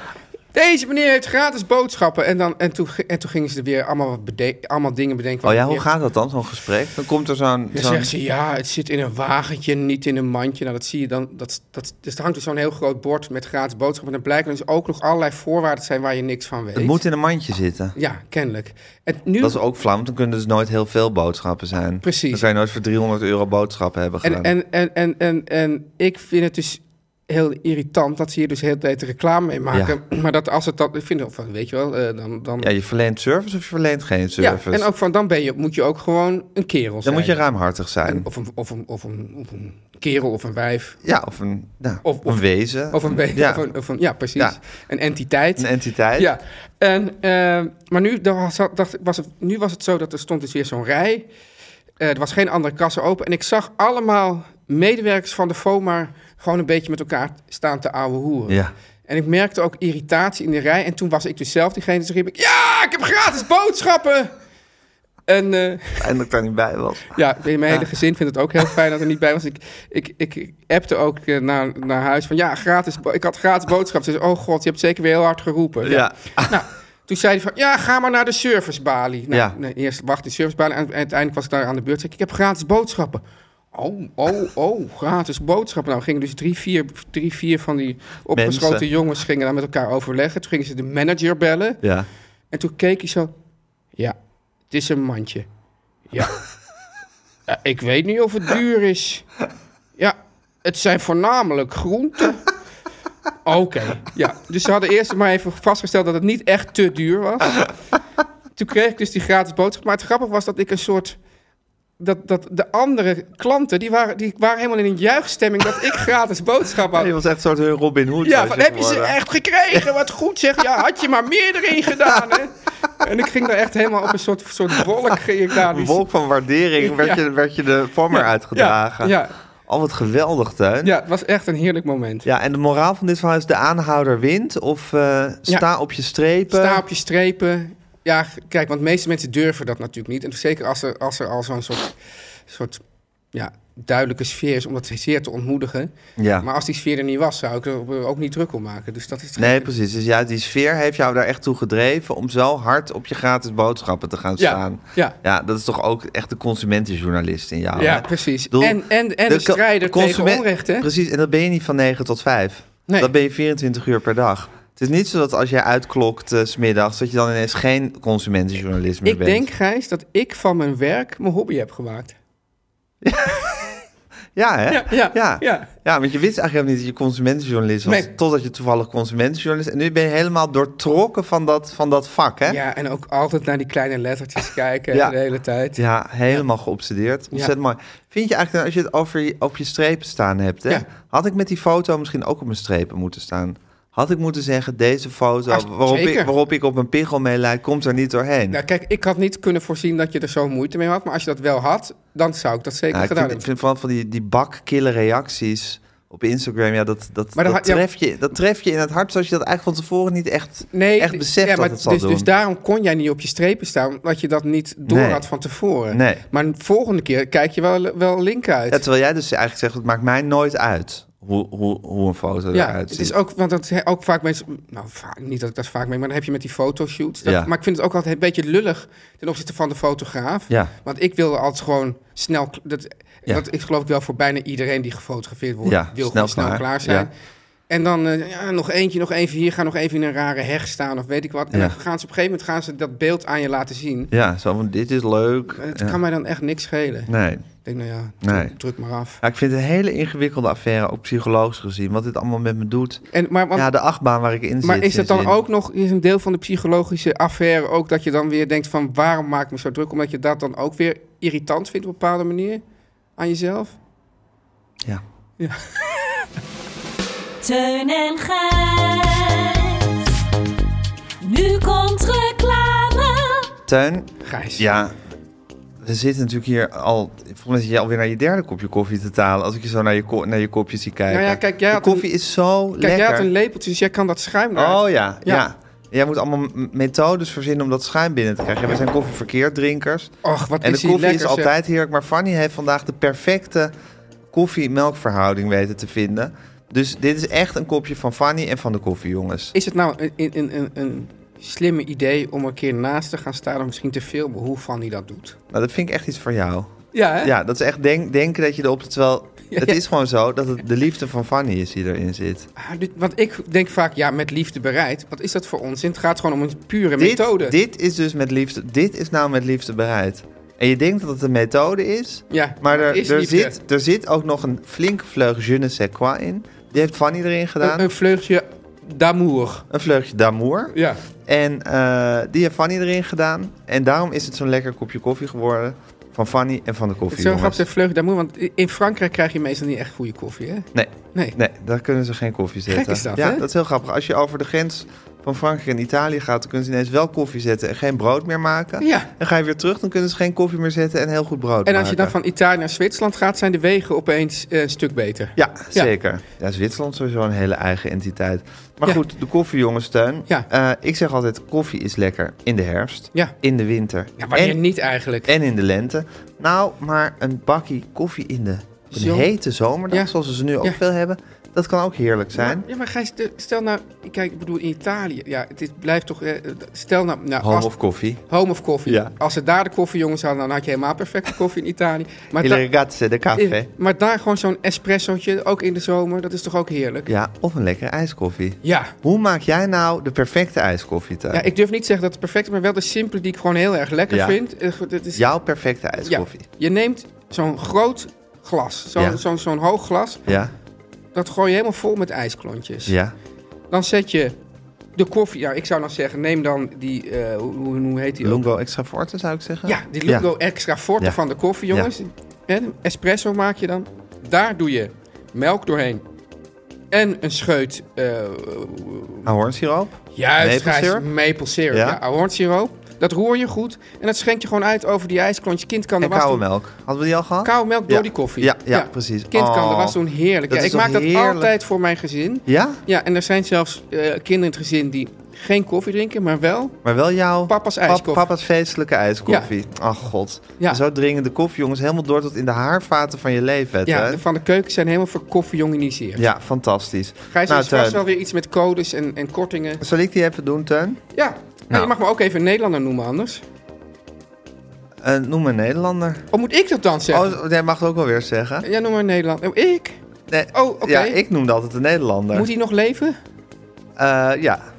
S3: Deze meneer heeft gratis boodschappen. En, dan, en, toen, ge- en toen gingen ze er weer allemaal, wat bede- allemaal dingen bedenken.
S2: Oh
S3: wat
S2: ja,
S3: meneer-
S2: hoe gaat dat dan, zo'n gesprek? Dan komt er zo'n...
S3: Dan
S2: zo'n-
S3: zeggen ze, ja, het zit in een wagentje, niet in een mandje. Nou, dat zie je dan. Dat, dat, dus er hangt dus zo'n heel groot bord met gratis boodschappen. En dan blijken dus ook nog allerlei voorwaarden te zijn waar je niks van weet.
S2: het moet in een mandje zitten.
S3: Ja, kennelijk. En nu...
S2: Dat is ook flauw, want dan kunnen dus nooit heel veel boodschappen zijn.
S3: Precies.
S2: Dan kan je nooit voor 300 euro boodschappen hebben gedaan.
S3: En, en, en, en, en, en ik vind het dus heel irritant dat ze hier dus heel de tijd reclame mee maken. *clears throat* Maar dat als het dat... Ik vind het van, weet je wel, eh, dan... dan
S2: ja, je verleent service of je verleent geen service.
S3: en ook van, dan ben je, moet je ook gewoon een kerel
S2: dan
S3: zijn.
S2: moet je ruimhartig zijn.
S3: Of een, of, een, of, een, of een kerel of een wijf.
S2: ja, of een, ja,
S3: Of-
S2: of,
S3: of-
S2: een wezen.
S3: Of een, be-
S2: Ja.
S3: of een, of een- ja precies.
S2: Ja.
S3: Een entiteit.
S2: Een entiteit.
S3: Ja, en, eh, maar nu, dan was, dat- dacht, ik, was het, nu was het zo dat er stond dus weer zo'n rij. Eh, er was geen andere kassen open. En ik zag allemaal medewerkers van de FOMA gewoon een beetje met elkaar staan te ouwe hoeren.
S2: Ja.
S3: En ik merkte ook irritatie in de rij. En toen was ik dus zelf diegene, dus riep ik... Ja, ik heb gratis boodschappen! En eh,
S2: En dat ik daar niet bij was.
S3: ja, mijn hele gezin vindt het ook heel fijn dat er niet bij was. Ik, ik, ik appte ook eh, naar, naar huis van... Ja, gratis, bo- ik had gratis boodschappen. Dus, oh god, je hebt zeker weer heel hard geroepen.
S2: Ja.
S3: Nou, toen zei hij van, ja, ga maar naar de servicebalie. Nou,
S2: Ja.
S3: nee, eerst wacht de servicebalie. En en uiteindelijk was ik daar aan de beurt. Zei ik, ik heb gratis boodschappen. Oh, oh, oh, gratis boodschappen. Nou, gingen dus drie, vier, drie, vier van die opgeschoten
S2: Mensen.
S3: jongens gingen daar met elkaar overleggen. Toen gingen ze de manager bellen.
S2: Ja.
S3: En toen keek hij zo, ja, het is een mandje. Ja. ja ik weet niet of het duur is. Ja, het zijn voornamelijk groenten. Oké, ja. Dus ze hadden eerst maar even vastgesteld dat het niet echt te duur was. Toen kreeg ik dus die gratis boodschap. Maar het grappige was dat ik een soort... Dat, dat de andere klanten, die waren, die waren helemaal in een juichstemming dat ik gratis boodschap had.
S2: Je was echt een soort Robin Hood.
S3: Ja,
S2: was
S3: van, heb je ze
S2: geworden.
S3: echt gekregen? Wat goed zeg. Ja, had je maar meer erin gedaan, hè? En ik ging daar echt helemaal op een soort, soort wolk. Ging ik daar,
S2: Een
S3: die-
S2: wolk van waardering werd,
S3: Ja.
S2: je, werd je de former uitgedragen.
S3: Ja,
S2: Al wat geweldig, Teun.
S3: ja, het was echt een heerlijk moment.
S2: Ja, en de moraal van dit verhaal is de aanhouder wint of eh, sta
S3: Ja.
S2: op je strepen.
S3: Sta op je strepen. Ja, g- kijk, want de meeste mensen durven dat natuurlijk niet. En zeker als er, als er al zo'n soort, soort ja, duidelijke sfeer is om dat zeer te ontmoedigen.
S2: Ja.
S3: Maar als die sfeer er niet was, zou ik er ook niet druk om maken. Dus dat is
S2: Nee, precies. Dus ja, die sfeer heeft jou daar echt toe gedreven om zo hard op je gratis boodschappen te gaan
S3: Ja,
S2: staan.
S3: ja.
S2: dat is toch ook echt de consumentenjournalist in jou.
S3: Ja,
S2: hè?
S3: precies.
S2: Nou, Ik bedoel,
S3: En, en, en de,
S2: co-
S3: strijder
S2: consument-
S3: tegen onrecht, hè?
S2: Precies, en dat ben je niet van 9 tot 5.
S3: Nee.
S2: Dat ben je 24 uur per dag. Het is niet zo dat als jij uitklokt eh, 's middags dat je dan ineens geen consumentenjournalist meer
S3: Ik
S2: bent.
S3: denk, Gijs, dat ik van mijn werk mijn hobby heb gemaakt.
S2: Ja, hè?
S3: Ja, ja, ja.
S2: Ja, want je wist eigenlijk helemaal niet dat je consumentenjournalist was.
S3: Nee.
S2: Totdat je toevallig consumentenjournalist... En nu ben je helemaal doortrokken van dat, van dat vak, hè?
S3: Ja, en ook altijd naar die kleine
S2: *laughs*
S3: lettertjes kijken
S2: Ja.
S3: de hele tijd.
S2: Ja, helemaal geobsedeerd. Ontzettend mooi. Vind je eigenlijk, als je het over je, op je strepen staan hebt... Hè,
S3: Ja.
S2: had ik met die foto misschien ook op mijn strepen moeten staan? Had ik moeten zeggen, deze foto
S3: Ah,
S2: waarop,
S3: zeker.
S2: ik, waarop ik op een pichel mee lijk... komt er niet doorheen.
S3: Nou, kijk, ik had niet kunnen voorzien dat je er zo moeite mee had. Maar als je dat wel had, dan zou ik dat zeker
S2: Ja, ik,
S3: gedaan
S2: vind,
S3: hebben.
S2: ik vind vooral van die, die bakkille reacties op Instagram... Ja, dat, dat, dat,
S3: Maar dan had- ja.
S2: tref je, dat tref je in het hart... zoals je dat eigenlijk van tevoren niet echt, echt
S3: d-
S2: beseft dat
S3: maar
S2: het zal
S3: dus,
S2: doen.
S3: dus daarom kon jij niet op je strepen staan, dat je dat niet door
S2: Nee.
S3: had van tevoren.
S2: Nee.
S3: Maar de volgende keer kijk je wel, wel link uit.
S2: Ja, terwijl jij dus eigenlijk zegt, het maakt mij nooit uit hoe, hoe, hoe een foto
S3: Ja,
S2: eruit ziet.
S3: het is ook, want dat he- ook vaak mensen, nou vaak, niet dat ik dat vaak mee, maar dan heb je met die fotoshoots. dat-
S2: Ja.
S3: Maar ik vind het ook altijd een beetje lullig ten opzichte van de fotograaf.
S2: Ja.
S3: Want ik wil altijd gewoon snel, k- dat,
S2: Ja.
S3: dat is geloof ik wel voor bijna iedereen die gefotografeerd wordt,
S2: Ja, snel
S3: wil gewoon snel klaar,
S2: klaar,
S3: zijn.
S2: ja.
S3: En dan eh, ja, nog eentje, nog even hier, ga nog even in een rare heg staan of weet ik wat. En
S2: Ja.
S3: dan gaan ze op een gegeven moment gaan ze dat beeld aan je laten zien.
S2: Ja, zo van, dit is leuk.
S3: Maar Het
S2: Ja.
S3: kan mij dan echt niks schelen.
S2: Nee.
S3: Ik denk, nou ja,
S2: Nee.
S3: druk, druk maar af.
S2: Ja, ik vind het een hele ingewikkelde affaire, ook psychologisch gezien. Wat dit allemaal met me doet.
S3: En, maar, want,
S2: ja, de achtbaan waar ik in zit.
S3: Maar is het dan
S2: sindsdien.
S3: ook nog is een deel van de psychologische affaire ook dat je dan weer denkt van waarom maak ik me zo druk? Omdat je dat dan ook weer irritant vindt op een bepaalde manier aan jezelf?
S2: Ja.
S5: Teun en Gijs. Nu komt reclame.
S2: Tuin,
S3: Gijs.
S2: ja, we zitten natuurlijk hier al... Volgens mij zit je alweer naar je derde kopje koffie te talen... als ik je zo naar je, ko- naar je kopje zie kijken.
S3: Nou ja, kijk, jij
S2: de
S3: had
S2: koffie is zo
S3: Kijk,
S2: lekker.
S3: jij had een lepeltje, dus jij kan dat schuim eruit.
S2: Oh ja, ja.
S3: Ja.
S2: Jij moet allemaal m- methodes verzinnen om dat schuim binnen te krijgen. We zijn koffieverkeerdrinkers.
S3: Och, wat
S2: En
S3: is
S2: de
S3: die
S2: koffie
S3: lekker,
S2: is
S3: zeg.
S2: altijd heerlijk. Maar Fanny heeft vandaag de perfecte koffie-melkverhouding weten te vinden. Dus dit is echt een kopje van Fanny en van de koffie, jongens.
S3: Is het nou een, een, een, een, een slimme idee om een keer naast te gaan staan... om misschien te filmen hoe Fanny dat doet?
S2: Nou, dat vind ik echt iets voor jou.
S3: Ja, hè?
S2: Ja, dat is echt denk, denken dat je erop... Terwijl
S3: *laughs* Ja,
S2: het
S3: ja.
S2: is gewoon zo dat het de liefde van Fanny is die erin zit.
S3: Ah, dit- Want ik denk vaak, ja, met liefde bereid. Wat is dat voor onzin? Het gaat gewoon om een pure methode.
S2: Dit, dit is dus met liefde... Dit is nou met liefde bereid. En je denkt dat het een methode is...
S3: ja,
S2: Maar
S3: het is
S2: er, er,
S3: liefde.
S2: zit, er zit ook nog een flinke vleug je ne sais quoi in. Die heeft Fanny erin gedaan.
S3: Een,
S2: Een,
S3: een vleugje d'amour.
S2: vleugje d'amour.
S3: Ja.
S2: En eh, die heeft Fanny erin gedaan. En daarom is het zo'n lekker kopje koffie geworden. Van Fanny en van de
S3: Het
S2: koffie.
S3: is zo
S2: jongens.
S3: grappig, een vleugje d'amour. Want i- in Frankrijk krijg je meestal niet echt goede koffie, hè?
S2: Nee,
S3: Nee.
S2: nee, daar kunnen ze geen koffie zetten.
S3: is dat,
S2: ja,
S3: hè?
S2: dat is heel grappig. Als je over de grens van Frankrijk en Italië gaat, dan kunnen ze ineens wel koffie zetten en geen brood meer maken.
S3: Ja.
S2: En ga je weer terug, dan kunnen ze geen koffie meer zetten en heel goed brood maken.
S3: En als je dan van Italië naar Zwitserland gaat, zijn de wegen opeens eh, een stuk beter.
S2: Ja,
S3: Ja.
S2: zeker. Ja, Zwitserland is sowieso een hele eigen entiteit. Maar
S3: Ja.
S2: goed, de koffie, jongens, steun. Eh,
S3: Ja.
S2: ik zeg altijd, koffie is lekker in de herfst,
S3: Ja.
S2: in de winter
S3: Ja, wanneer
S2: en,
S3: niet eigenlijk.
S2: en in de lente. Nou, maar een bakkie koffie in de op een
S3: Zo.
S2: hete zomerdag,
S3: Ja.
S2: zoals we ze nu ook
S3: Ja.
S2: veel hebben, dat kan ook heerlijk zijn.
S3: Ja, maar Gijs, de- stel nou... Kijk, ik bedoel, in Italië... Ja, het is- blijft toch... eh, stel nou... nou
S2: Home
S3: als-
S2: of koffie.
S3: Home of koffie.
S2: Ja.
S3: Als ze daar de koffiejongens hadden, dan had je helemaal perfecte koffie in Italië. Maar,
S2: Il
S3: daar-
S2: ragazze de
S3: eh,
S2: café.
S3: maar daar gewoon zo'n espressootje, ook in de zomer, dat is toch ook heerlijk?
S2: Ja, of een lekkere ijskoffie.
S3: Ja.
S2: Hoe maak jij nou de perfecte ijskoffie, Teun?
S3: Ja, ik durf niet te zeggen dat het perfect is, maar wel de simpele die ik gewoon heel erg lekker
S2: Ja.
S3: vind. Eh, goed, Het is,
S2: Jouw perfecte
S3: ja.
S2: ijskoffie.
S3: Je neemt zo'n groot glas, zo'n
S2: Ja.
S3: zo'n- zo'n hoog glas,
S2: Ja,
S3: dat gooi je helemaal vol met ijsklontjes.
S2: ja.
S3: Dan zet je de koffie, ja, ik zou dan zeggen, neem dan die, eh, hoe, hoe, hoe heet die ook?
S2: Lungo extra forte, zou ik zeggen.
S3: Ja, die Lungo Extra Forte
S2: Ja.
S3: van de koffie, jongens. Hè, een espresso maak je dan. Daar doe je melk doorheen. En een scheut, eh
S2: Nou, Ahornsiroop.
S3: juist
S2: Maple
S3: Gijs,
S2: syrup?
S3: maple syrup,
S2: Ja.
S3: ja. ahornsiroop. Dat roer je goed en dat schenk je gewoon uit over die ijsklontje. Kind kan de
S2: En
S3: was
S2: koude
S3: doen.
S2: melk. Hadden we die al gehad?
S3: Koude melk
S2: Ja.
S3: door die koffie.
S2: Ja, ja, precies.
S3: Kind kan de
S2: Oh,
S3: was doen, heerlijk.
S2: dat
S3: Ja,
S2: is
S3: ik
S2: toch
S3: maak dat
S2: heerlijk?
S3: altijd voor mijn gezin.
S2: Ja?
S3: Ja, en er zijn zelfs eh, kinderen in het gezin die geen koffie drinken, maar wel
S2: Maar wel jouw...
S3: papa's
S2: pap-
S3: ijskoffie.
S2: papa's feestelijke ijskoffie. Ach, god.
S3: Ja.
S2: Zo dringen de koffie, jongens, helemaal door tot in de haarvaten van je leven.
S3: ja,
S2: hè?
S3: de van de keuken zijn helemaal voor koffie jonginiseerd.
S2: ja fantastisch.
S3: Gijs,
S2: Nou,
S3: er is dus vast
S2: Teun.
S3: wel weer iets met codes en, en kortingen.
S2: Zal ik die even doen, Teun?
S3: Ja, nou,
S2: Nou.
S3: je mag me ook even een Nederlander noemen anders.
S2: Eh, noem een Nederlander.
S3: Oh, moet ik dat dan zeggen?
S2: Oh, jij mag het ook wel weer zeggen.
S3: Ja, noem maar een Nederlander. Oh, ik?
S2: Nee,
S3: Eh, Oh, oké.
S2: Ja, ik noemde altijd een Nederlander.
S3: Moet hij nog leven?
S2: Eh, ja,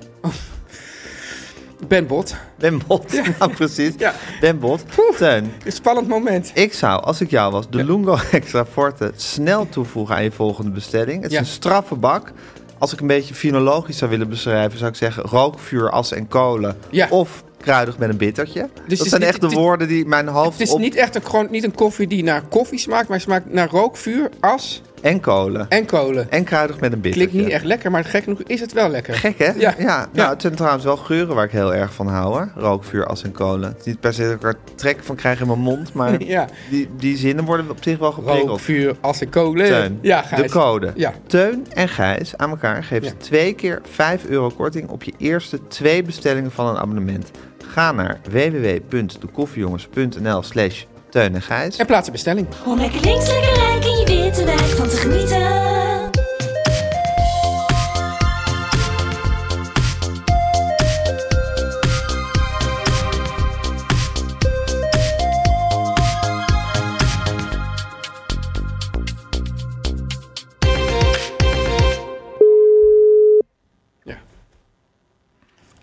S3: Ben Bot.
S2: Ben Bot. *laughs* Nou, precies.
S3: Ja.
S2: Ben Bot. Teun,
S3: Een spannend moment.
S2: Ik zou, als ik jou was, de Lungo *laughs* Extra Forte snel toevoegen aan je volgende bestelling. Het is
S3: Ja.
S2: een straffe bak. Als ik een beetje finologisch zou willen beschrijven, zou ik zeggen rook, vuur, as en kolen.
S3: Ja. Dus
S2: Of kruidig met een bittertje.
S3: het
S2: dat
S3: is
S2: zijn
S3: niet-
S2: echt de
S3: het is-
S2: woorden die mijn hoofd
S3: Het is
S2: op...
S3: niet echt een, gewoon, niet een koffie die naar koffie smaakt, maar smaakt naar rook, vuur, as
S2: En kolen.
S3: en kolen.
S2: En kruidig met een bittertje.
S3: Klinkt niet echt lekker, maar gek genoeg is het wel lekker.
S2: Gek, hè?
S3: Ja.
S2: Nou,
S3: Ja.
S2: het zijn trouwens wel geuren waar ik heel erg van hou, hoor. Rook, vuur, as en kolen. Het is niet per se dat ik er trek van krijg in mijn mond, maar
S3: *laughs* Ja.
S2: die, die zinnen worden op zich wel geprikkeld.
S3: Rook, vuur, as en kolen.
S2: Teun,
S3: Eh, Ja, Gijs.
S2: de code.
S3: Ja.
S2: Teun en Gijs aan elkaar geeft
S3: Ja.
S2: twee keer 5 euro korting op je eerste twee bestellingen van een abonnement. Ga naar www.dekoffiejongens.nl slash Teun en Gijs.
S3: En plaats een bestelling.
S5: Om lekker links, lekker rijk in je witte wijk van te genieten.
S3: Ja.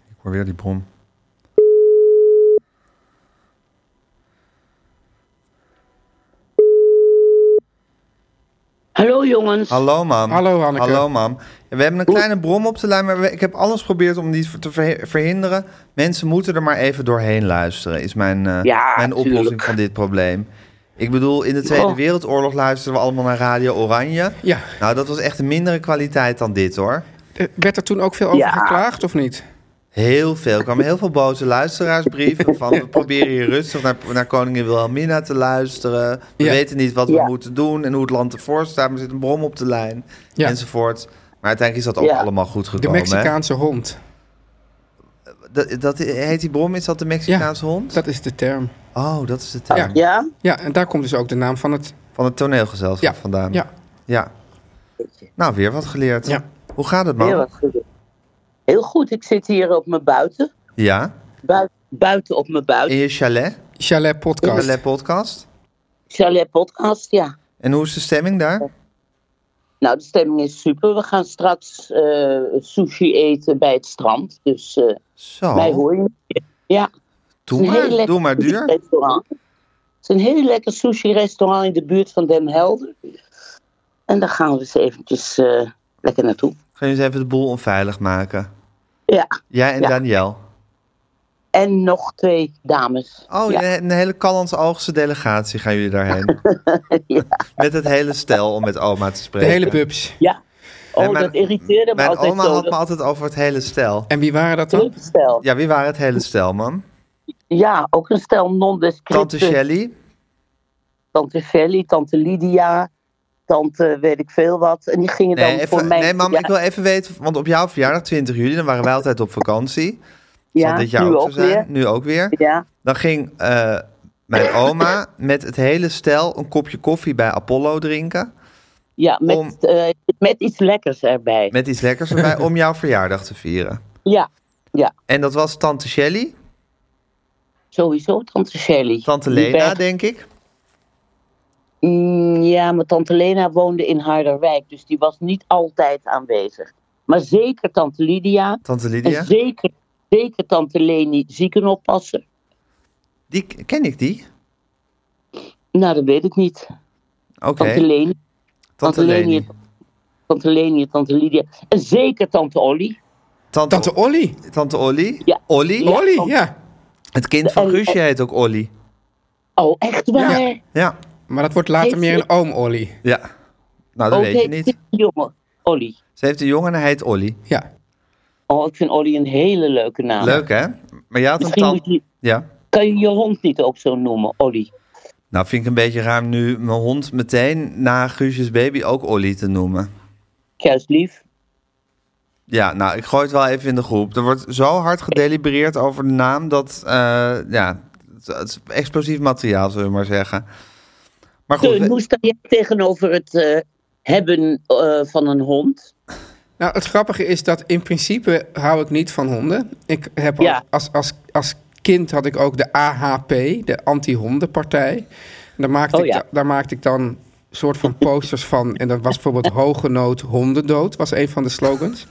S2: Ik hoor weer die brom.
S6: Hallo jongens.
S2: Hallo mam.
S3: Dus- Hallo, Hanneke.
S2: Hallo mam. Ja, We hebben een kleine brom op de lijn, maar we- ik heb alles geprobeerd om die te ver- verhinderen. Mensen moeten er maar even doorheen luisteren, is mijn, eh,
S6: Ja,
S2: mijn oplossing
S6: tuurlijk.
S2: van dit probleem. Ik bedoel, in de Tweede
S3: Oh.
S2: Wereldoorlog luisterden we allemaal naar Radio Oranje.
S3: Ja.
S2: Nou, dat was echt een mindere kwaliteit dan dit hoor.
S3: Eh, Werd er toen ook veel over
S6: Ja.
S3: geklaagd of niet?
S2: Heel veel. Er kwamen heel veel boze luisteraarsbrieven van... we proberen hier rustig naar, naar koningin Wilhelmina te luisteren. We
S3: Ja.
S2: weten niet wat we
S6: Ja.
S2: moeten doen en hoe het land ervoor staat. Maar er zit een brom op de lijn,
S3: Ja.
S2: enzovoort. Maar uiteindelijk is dat ook
S6: Ja.
S2: allemaal goed
S3: De
S2: gekomen. hè?
S3: Mexicaanse hond.
S2: Dat, dat, heet die brom, is dat de Mexicaanse hond?
S3: Dat is de term.
S2: Oh, dat is de taal
S3: Ja.
S6: Ja?
S3: Ja, en daar komt dus ook de naam van het...
S2: van het toneelgezelschap
S3: Ja.
S2: vandaan.
S3: Ja.
S2: Ja. Nou, weer wat geleerd.
S3: Ja.
S2: Hoe gaat het, man?
S6: Heel, wat goed. Heel goed, ik zit hier op mijn buiten.
S2: Ja.
S6: Bui- buiten op mijn
S2: In
S6: buiten.
S2: je chalet,
S3: Chalet podcast.
S2: chalet podcast.
S6: Chalet podcast, ja.
S2: En hoe is de stemming daar?
S6: Nou, de stemming is super. We gaan straks eh, sushi eten bij het strand. Dus eh,
S2: Zo,
S6: mij hoor je niet. Ja, het
S2: doe
S6: is een heel
S2: Oh. maar,
S6: lekker
S2: doe maar
S6: *laughs*
S2: duur.
S6: sushi-restaurant. Het is een heel lekker sushi-restaurant in de buurt van Den Helder. En daar gaan we eens eventjes eh, lekker naartoe.
S2: Gaan jullie eens even de boel onveilig maken.
S6: Ja,
S2: Jij en
S6: Ja.
S2: Daniel.
S6: en nog twee dames.
S2: Oh,
S6: ja.
S2: een hele Callans-Algse delegatie gaan jullie
S6: *laughs*
S2: daarheen. Met het hele stel, om met oma te
S3: De
S2: spreken.
S3: hele bubs.
S6: ja. Oh,
S2: Nee, mijn-
S6: dat irriteerde me
S2: Mijn
S6: altijd
S2: oma
S6: zo.
S2: had me
S6: dat
S2: altijd over het hele stel.
S3: En wie waren dat dan?
S6: Drukgestel.
S2: Ja, wie waren het hele stel,
S6: *laughs*
S2: man?
S6: Ja, ook een stel
S2: Tante
S6: non-descripte.
S2: Shelley.
S6: Tante Shelly, tante Lydia, tante weet ik veel wat. En die gingen
S2: Nee,
S6: dan
S2: even-
S6: voor mij...
S2: nee mam,
S6: Ja,
S2: ik wil even weten, want op jouw verjaardag 20 juli, dan waren wij altijd op vakantie. Zal
S6: ja,
S2: dit jaar
S6: nu
S2: ook
S6: ook
S2: zo zijn,
S6: weer.
S2: nu ook weer.
S6: Ja,
S2: Dan ging eh, mijn oma met het hele stel een kopje koffie bij Apollo drinken.
S6: ja met,
S2: Om-
S6: eh, met iets lekkers erbij.
S2: Met iets lekkers
S6: *laughs*
S2: erbij om jouw verjaardag te vieren.
S6: Ja, ja,
S2: En dat was tante Shelley,
S6: sowieso tante Shelly.
S2: tante
S6: Die
S2: Lena,
S6: werd-
S2: denk ik.
S6: Mm, ja, maar tante Lena woonde in Harderwijk, dus die was niet altijd aanwezig. Maar zeker tante Lydia.
S2: Tante
S6: En
S2: Lydia.
S6: zeker, zeker tante Leni ziekenoppasser.
S2: Die ken ik die?
S6: Nou, dat weet ik niet.
S2: Oké,
S6: Tante Leni.
S2: tante Leni.
S6: Tante Leni en tante Lydia. En zeker tante Olly.
S2: Tante,
S3: Tante Olly.
S2: tante Olly.
S6: Ja.
S2: Olly.
S3: Olly, ja.
S2: Het kind van
S6: En-
S2: Guusje heet ook Olly.
S6: Oh, echt waar?
S3: Ja.
S2: Ja,
S3: Maar dat wordt later
S6: Heeft
S3: meer
S6: ze-
S3: een oom Olly.
S2: ja. Nou, dat
S6: oh,
S2: weet je niet.
S6: Jongen, Olly.
S2: Ze heeft een jongen en hij heet Olly.
S3: Ja.
S6: Oh, ik vind Olly een hele leuke naam.
S2: Leuk, hè? Maar jij had een
S6: Ah. Misschien moet
S2: tante...
S6: je,
S2: Ja.
S6: kan je je hond niet ook zo noemen, Olly.
S2: Nou, vind ik een beetje raar om nu mijn hond meteen na Guusjes baby ook Olly te noemen.
S6: Juist lief.
S2: Ja, nou, ik gooi het wel even in de groep. Er wordt zo hard gedelibereerd over de naam dat, eh, ja, het, het is explosief materiaal, zullen we maar zeggen. Maar goed,
S6: Teun,
S2: we-
S6: hoe sta jij tegenover het eh, hebben eh, van een hond?
S3: Nou, het grappige is dat in principe hou ik niet van honden. Ik heb
S6: Ja.
S3: al- als, als, als kind had ik ook de AHP, de anti-hondenpartij. En Daar maakte,
S6: Oh,
S3: ik,
S6: ja.
S3: da- daar maakte ik dan soort van posters van. En dat was bijvoorbeeld
S6: *laughs*
S3: hoge nood, hondendood, was een van de slogans.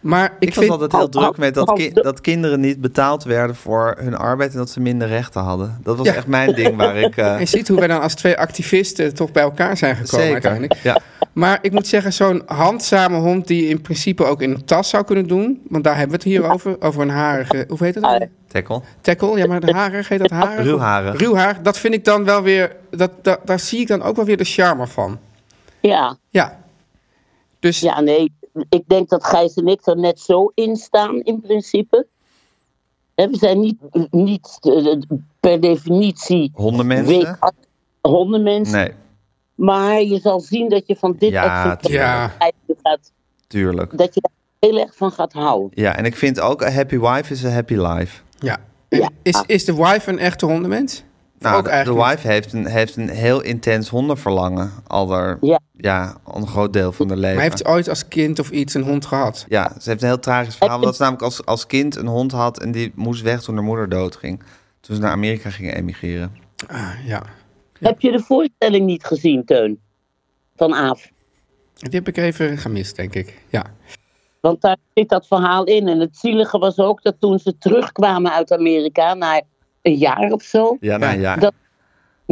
S3: Maar ik,
S2: ik was
S3: vind...
S2: altijd heel
S6: Hans-
S2: druk met dat,
S6: Hans-
S2: ki- dat kinderen niet betaald werden voor hun arbeid en dat ze minder rechten hadden. Dat was
S3: Ja.
S2: echt mijn ding waar
S3: *laughs*
S2: ik... eh,
S3: En je ziet hoe wij dan als twee activisten toch bij elkaar zijn gekomen
S2: zeker.
S3: uiteindelijk.
S2: Ja.
S3: Maar ik moet zeggen, zo'n handzame hond die je in principe ook in een tas zou kunnen doen. Want daar hebben we het hier over. Over een harige, hoe heet het? dan?
S2: Tackle.
S3: Tackle, ja, maar de harig heet dat harig?
S2: Ruwharig.
S3: Ruwharig, dat vind ik dan wel weer, dat, dat, daar zie ik dan ook wel weer de charme van.
S6: Ja,
S3: Ja. Dus ja,
S6: ja, nee. Ik denk dat Gijs en ik er net zo in staan, in principe. Hè, we zijn niet, niet eh, per definitie
S2: Hondenmensen?
S6: weet- hondenmensen.
S2: Nee,
S6: Maar je zal zien dat je van dit
S2: Ja,
S6: soort
S2: tuurlijk.
S3: Ja.
S6: dingen gaat,
S2: tuurlijk.
S6: dat je daar heel erg van gaat houden.
S2: Ja, en ik vind ook, a happy wife is a happy life.
S3: En
S6: Ja.
S3: Is, is de wife een echte hondenmens?
S2: Nou,
S3: ook
S2: de- de,
S3: eigenlijk
S2: wife heeft een, heeft een heel intens hondenverlangen. Al haar, ja.
S6: Ja.
S2: al een groot deel van haar leven.
S3: Maar heeft ze ooit als kind of iets een hond gehad?
S2: Ja, ze heeft een heel tragisch verhaal. want Dat ze namelijk als, als kind een hond had en die moest weg toen haar moeder doodging. Toen ze naar Amerika ging emigreren.
S3: Ah, ja.
S6: Heb je de voorstelling niet gezien, Teun? Van Aaf.
S3: Die heb ik even gemist, denk ik. Ja.
S6: Want daar zit dat verhaal in. En het zielige was ook dat toen ze terugkwamen uit Amerika, na een jaar of zo,
S2: Ja, nou ja.
S6: Dat,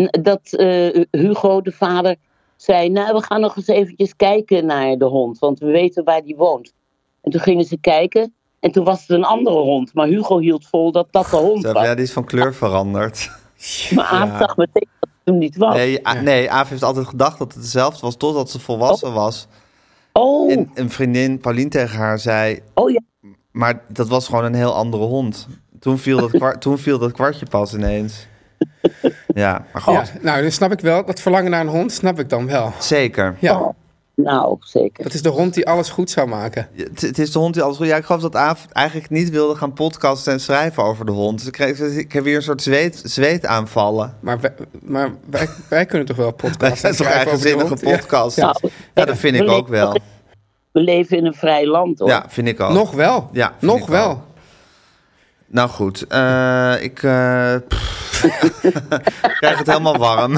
S6: n- dat eh, Hugo, de vader, zei: Nou, we gaan nog eens eventjes kijken naar de hond, want we weten waar die woont. En toen gingen ze kijken. En toen was het een andere hond. Maar Hugo hield vol dat dat de hond
S2: Zo,
S6: was.
S2: ja, die is van kleur veranderd.
S6: Maar Aaf zag meteen dat het hem niet
S3: Oh.
S6: was.
S2: Nee, A- nee, Aaf heeft altijd gedacht dat het hetzelfde was totdat ze volwassen was.
S6: oh,
S2: En een vriendin, Pauline, tegen haar zei...
S6: oh ja.
S2: Maar dat was gewoon een heel andere hond. Toen viel dat,
S3: *laughs*
S2: kwar- toen viel dat kwartje pas ineens. Ja, maar goed.
S3: Ja, nou, dan snap ik wel. Dat verlangen naar een hond snap ik dan wel.
S2: Zeker.
S3: Ja,
S6: Nou, zeker.
S3: dat is de hond die alles goed zou maken.
S2: Het, het is de hond die alles goed... Ja, ik geloof dat Aaf eigenlijk niet wilde gaan podcasten en schrijven over de hond. Dus ik, kreeg, ik heb weer een soort zweet, zweetaanvallen.
S3: Maar wij, maar wij, wij kunnen toch wel
S2: *laughs* Dat is
S3: podcasten
S2: toch
S3: schrijven
S2: eigenlijk
S3: over de
S2: een
S3: hond?
S2: zinnige podcast. Ja,
S6: Nou,
S2: dat vind ik
S6: we
S2: ook
S6: leven-
S2: wel.
S6: We leven in een vrij land, hoor.
S2: Ja, vind ik ook.
S3: Ja. Nog wel.
S2: Ja, vind ik
S3: Nog
S2: wel.
S3: wel.
S2: Nou goed, eh, ik eh, pff. *laughs* Ik krijg het helemaal warm.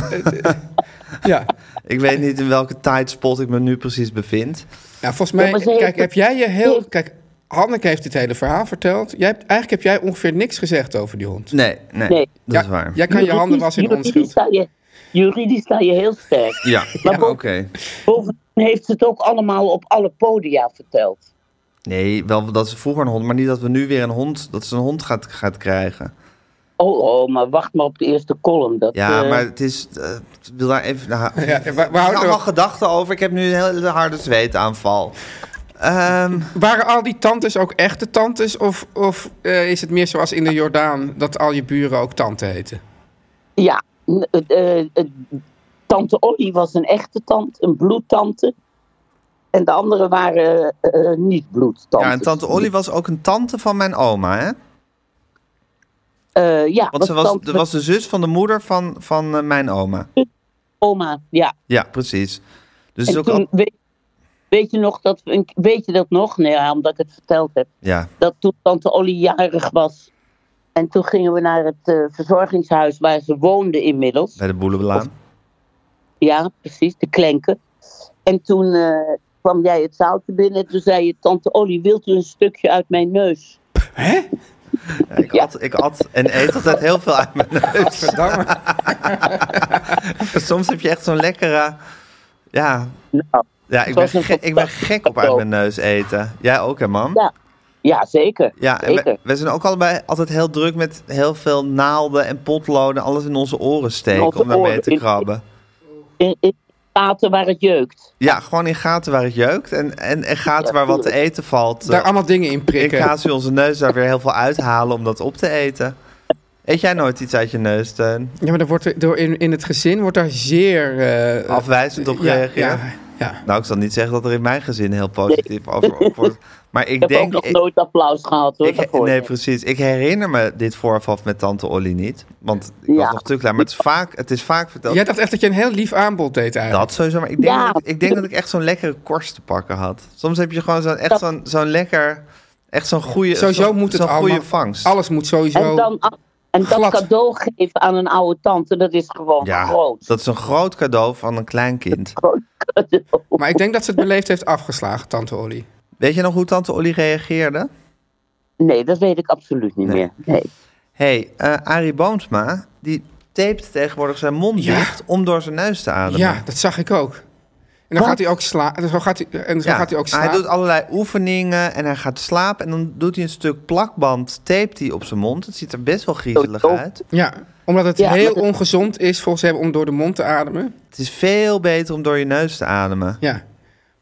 S3: Ja.
S2: ik weet niet in welke tijdspot ik me nu precies bevind.
S3: Nou, volgens
S6: Ja,
S3: mij,
S6: maar ze heeft-
S3: kijk, heb jij je heel...
S6: heeft-
S3: Kijk, Hanneke heeft dit hele verhaal verteld. Jij hebt, eigenlijk heb jij ongeveer niks gezegd over die hond.
S2: Nee, nee,
S6: Nee.
S2: dat is
S3: Ja,
S2: waar.
S3: Jij kan je handen wassen in
S6: Juridisch-
S3: onschuld.
S6: Juridisch sta je, juridisch sta je heel sterk.
S2: Ja,
S6: *laughs* Maar
S2: oké.
S6: bo- Bovendien heeft ze het ook allemaal op alle podia verteld.
S2: Nee, wel dat ze vroeger een hond, maar niet dat we nu weer een hond, dat ze een hond gaat, gaat krijgen.
S6: Oh, oh, maar wacht maar op de eerste column. Dat,
S2: Ja,
S6: eh,
S2: maar het is, eh, ik wil daar even, nou,
S3: Ja, we, we
S2: er zijn
S3: houden
S2: allemaal gedachten over. Ik heb nu een hele harde zweetaanval. Ehm,
S3: Waren al die tantes ook echte tantes? Of, of eh, is het meer zoals in de Jordaan dat al je buren ook tante heten?
S6: Ja, n- het, eh, het- tante Olly was een echte tante, een bloedtante. En de anderen waren eh, eh, niet bloedtantes.
S2: ja, en tante Olly was ook een tante van mijn oma, hè?
S6: Eh, ja,
S2: Want ze was,
S6: tante
S2: dat was de zus van de moeder van, van eh, mijn oma.
S6: oma. Ja,
S2: Ja, precies. Dus het is
S6: en
S2: ook
S6: toen,
S2: al...
S6: weet, weet je nog dat, we een- weet je dat nog? Nee, ja, omdat ik het verteld heb.
S2: Ja,
S6: dat toen tante Olly jarig was. En toen gingen we naar het eh, verzorgingshuis waar ze woonde inmiddels.
S2: bij de Boelenbelaan.
S6: Ja, precies, de klenken. En toen eh, kwam jij het zaaltje binnen en toen zei je... Tante Olly, wilt u een stukje uit mijn
S2: *laughs*
S6: neus?
S3: Hè?
S2: Ja, ik,
S6: Ja.
S2: At, ik at en eet
S6: *laughs*
S2: altijd heel veel uit mijn *laughs* neus.
S3: Verdamme.
S2: Soms heb je echt zo'n lekkere... Ja,
S6: Nou,
S2: ja ik, ben
S6: was een
S2: ge- ik ben gek op uit mijn neus eten. Jij ook, hè, mam?
S6: ja, ja zeker.
S2: Ja, en
S6: zeker.
S2: we, we zijn ook allebei altijd heel druk met heel veel naalden en potloden. Alles in onze oren steken
S6: In onze
S2: om daarmee
S6: oren.
S2: te
S6: In-
S2: krabben.
S6: In, in gaten waar het jeukt.
S2: Ja, gewoon in gaten waar het jeukt en, en, en gaten waar wat te eten valt.
S3: Daar allemaal dingen in
S2: Ik
S3: prikken.
S2: ga ze onze neus daar weer heel veel uithalen om dat op te eten. Eet jij nooit iets uit je neus, Teun?
S3: Ja, maar daar wordt er- door in, in het gezin wordt daar zeer... eh,
S2: Afwijzend op
S3: ja,
S2: gereageerd?
S3: ja, ja.
S2: Nou, ik zal niet zeggen dat er in mijn gezin heel positief
S6: *laughs*
S2: over op wordt. Maar ik,
S6: Ik heb ook
S2: denk...
S6: nog
S2: ik-
S6: nooit applaus gehad hoor.
S2: ik-
S6: daarvoor.
S2: nee, precies. Ik herinner me dit voorval met tante Olly niet. Want ik
S6: Ja.
S2: was nog te klein. Maar het is vaak, het is vaak verteld.
S3: Jij dacht echt dat je een heel lief aanbod deed eigenlijk.
S2: Dat sowieso, maar ik denk,
S6: Ja.
S2: dat, ik, ik denk dat ik echt zo'n lekkere korst te pakken had. Soms heb je gewoon zo'n, echt zo'n, zo'n lekker... Echt zo'n goede,
S3: Sowieso
S2: zo'n,
S3: moet het
S2: zo'n goede
S3: allemaal-
S2: vangst.
S3: Alles moet sowieso...
S6: en dan, en dat
S3: glad.
S6: cadeau geven aan een oude tante, dat is gewoon
S2: Ja,
S6: groot.
S2: dat is een groot cadeau van een klein kind.
S6: Groot cadeau.
S3: Maar ik denk dat ze het beleefd heeft afgeslagen, tante Olly.
S2: Weet je nog hoe tante Olly reageerde?
S6: Nee, dat weet ik absoluut niet meer. Nee.
S2: hey, eh Arie Boomsma, die tapet tegenwoordig zijn mond
S3: Ja.
S2: dicht om door zijn neus te ademen.
S3: Ja, dat zag ik ook. En dan gaat hij ook slaan. En zo gaat hij, en zo
S2: Ja,
S3: gaat hij ook
S2: maar hij
S3: slaan.
S2: doet allerlei oefeningen en hij gaat slapen. En dan doet hij een stuk plakband, tapet hij op zijn mond. Het ziet er best wel griezelig
S6: Oh, oh.
S2: uit.
S3: Ja, omdat het
S6: Ja, maar
S3: heel
S6: dat-
S3: ongezond is volgens hem om door de mond te ademen.
S2: Het is veel beter om door je neus te ademen.
S3: Ja.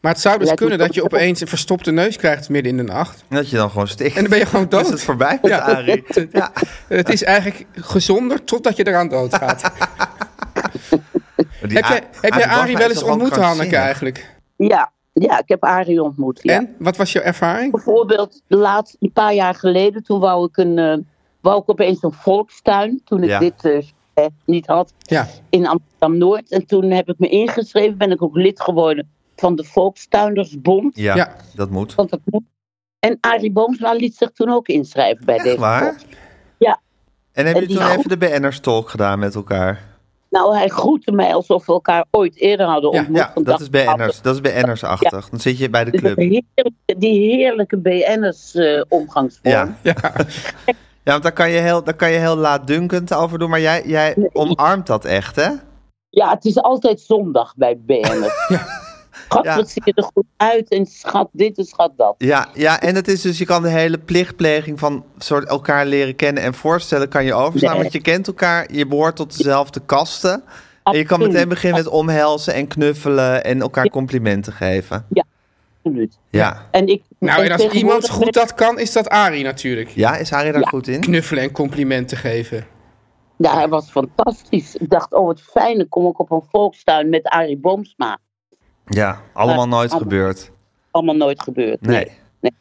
S3: Maar het zou dus
S6: Ja, het
S3: kunnen
S6: moet-
S3: dat je opeens een verstopte neus krijgt midden in de nacht.
S2: En dat je dan gewoon stikt.
S3: En dan ben je gewoon
S2: Dan *laughs* is
S3: dood.
S2: het voorbij met
S3: *laughs* Ja.
S2: Arie.
S6: *laughs*
S2: Ja.
S3: Het is eigenlijk gezonder totdat je eraan
S2: *laughs*
S3: doodgaat.
S2: Die
S3: heb
S2: A-
S3: jij, heb jij
S2: Boomsma
S3: Arie
S2: is
S3: wel eens
S2: toch gewoon
S3: ontmoet,
S2: krankzinnig?
S3: Hanneke, eigenlijk?
S6: Ja, ja, ik heb Arie ontmoet. Ja.
S3: En? Wat was je ervaring?
S6: Bijvoorbeeld, de laatste, een paar jaar geleden, toen wou ik, een, eh, wou ik opeens een volkstuin, toen ik
S2: Ja.
S6: dit eh, eh, niet had,
S3: Ja.
S6: in Amsterdam-Noord. En toen heb ik me ingeschreven, ben ik ook lid geworden van de Volkstuindersbond.
S2: Ja,
S3: Ja.
S2: dat moet.
S6: Want dat moet. En Arie Boomsma liet zich toen ook inschrijven bij
S2: Echt
S6: deze
S2: waar?
S6: bond. Ja.
S2: En heb
S6: En
S2: je
S6: die
S2: toen
S6: groep-
S2: even de BN'ers talk gedaan met elkaar?
S6: Nou, hij groette mij alsof we elkaar ooit eerder hadden
S3: Ja,
S6: ontmoet.
S2: Ja,
S6: Want
S2: dat is BN'ers. Dat is BN'ers-achtig. Dan zit je bij de
S6: dus dat
S2: club.
S6: heerlijke- die heerlijke eh, BN'ers-omgangsvorm.
S2: Ja.
S3: Ja.
S2: Ja, want daar kan je heel, daar kan je heel laatdunkend over doen. Maar jij, jij omarmt dat echt, hè?
S6: Ja, het is altijd zondag bij BN'ers.
S2: *laughs*
S6: Schat,
S2: Ja.
S6: wat zie je er goed uit en schat dit en schat dat.
S2: Ja, ja, en het is dus, je kan de hele plichtpleging van soort elkaar leren kennen en voorstellen, kan je overslaan.
S6: Nee.
S2: Want je kent elkaar, je behoort tot dezelfde kasten. En je kan
S6: Absoluut.
S2: meteen beginnen met omhelzen en knuffelen en elkaar complimenten geven.
S6: Absoluut.
S2: Ja.
S6: En ik,
S3: *laughs* Nou, en als
S6: tegenwoordig
S3: iemand goed
S6: ben-
S3: dat kan, is dat Arie natuurlijk.
S2: Ja, is Harry daar goed in?
S3: Knuffelen en complimenten geven.
S6: Ja, hij was fantastisch. Ik dacht, oh wat fijn, dan kom ik op een volkstuin met Arie Boomsma.
S2: Ja, allemaal
S6: Ja,
S2: nooit
S6: allemaal.
S2: gebeurd.
S6: Allemaal nooit gebeurd.
S2: Nee.
S6: nee.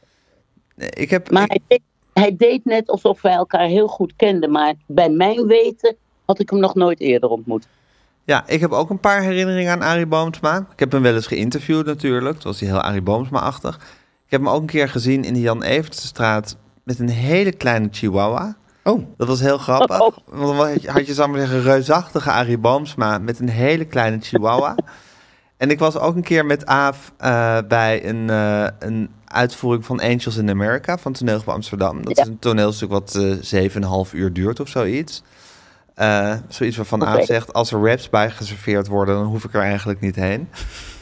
S2: Nee, Ik heb.
S6: Maar
S2: ik-
S6: hij deed, hij deed net alsof wij elkaar heel goed kenden. Maar bij mijn weten had ik hem nog nooit eerder ontmoet.
S2: Ja, ik heb ook een paar herinneringen aan Arie Boomsma. Ik heb hem wel eens geïnterviewd natuurlijk. Toen was hij heel Arie Boomsma-achtig. Ik heb hem ook een keer gezien in de Jan Evertsestraat met een hele kleine chihuahua.
S3: Oh.
S2: Dat was heel grappig.
S6: Oh.
S2: Want dan had je- had je, zou ik maar zeggen, reusachtige Arie Boomsma met een hele kleine
S6: *laughs*
S2: chihuahua. en ik was ook een keer met Aaf eh, bij een, eh, een uitvoering van Angels in America van Toneelgroep Amsterdam. Dat
S6: Ja.
S2: is een toneelstuk wat eh, 7,5 uur duurt of zoiets. Eh, zoiets waarvan
S6: Oké.
S2: Aaf zegt, als er raps bij geserveerd worden, dan hoef ik er eigenlijk niet heen.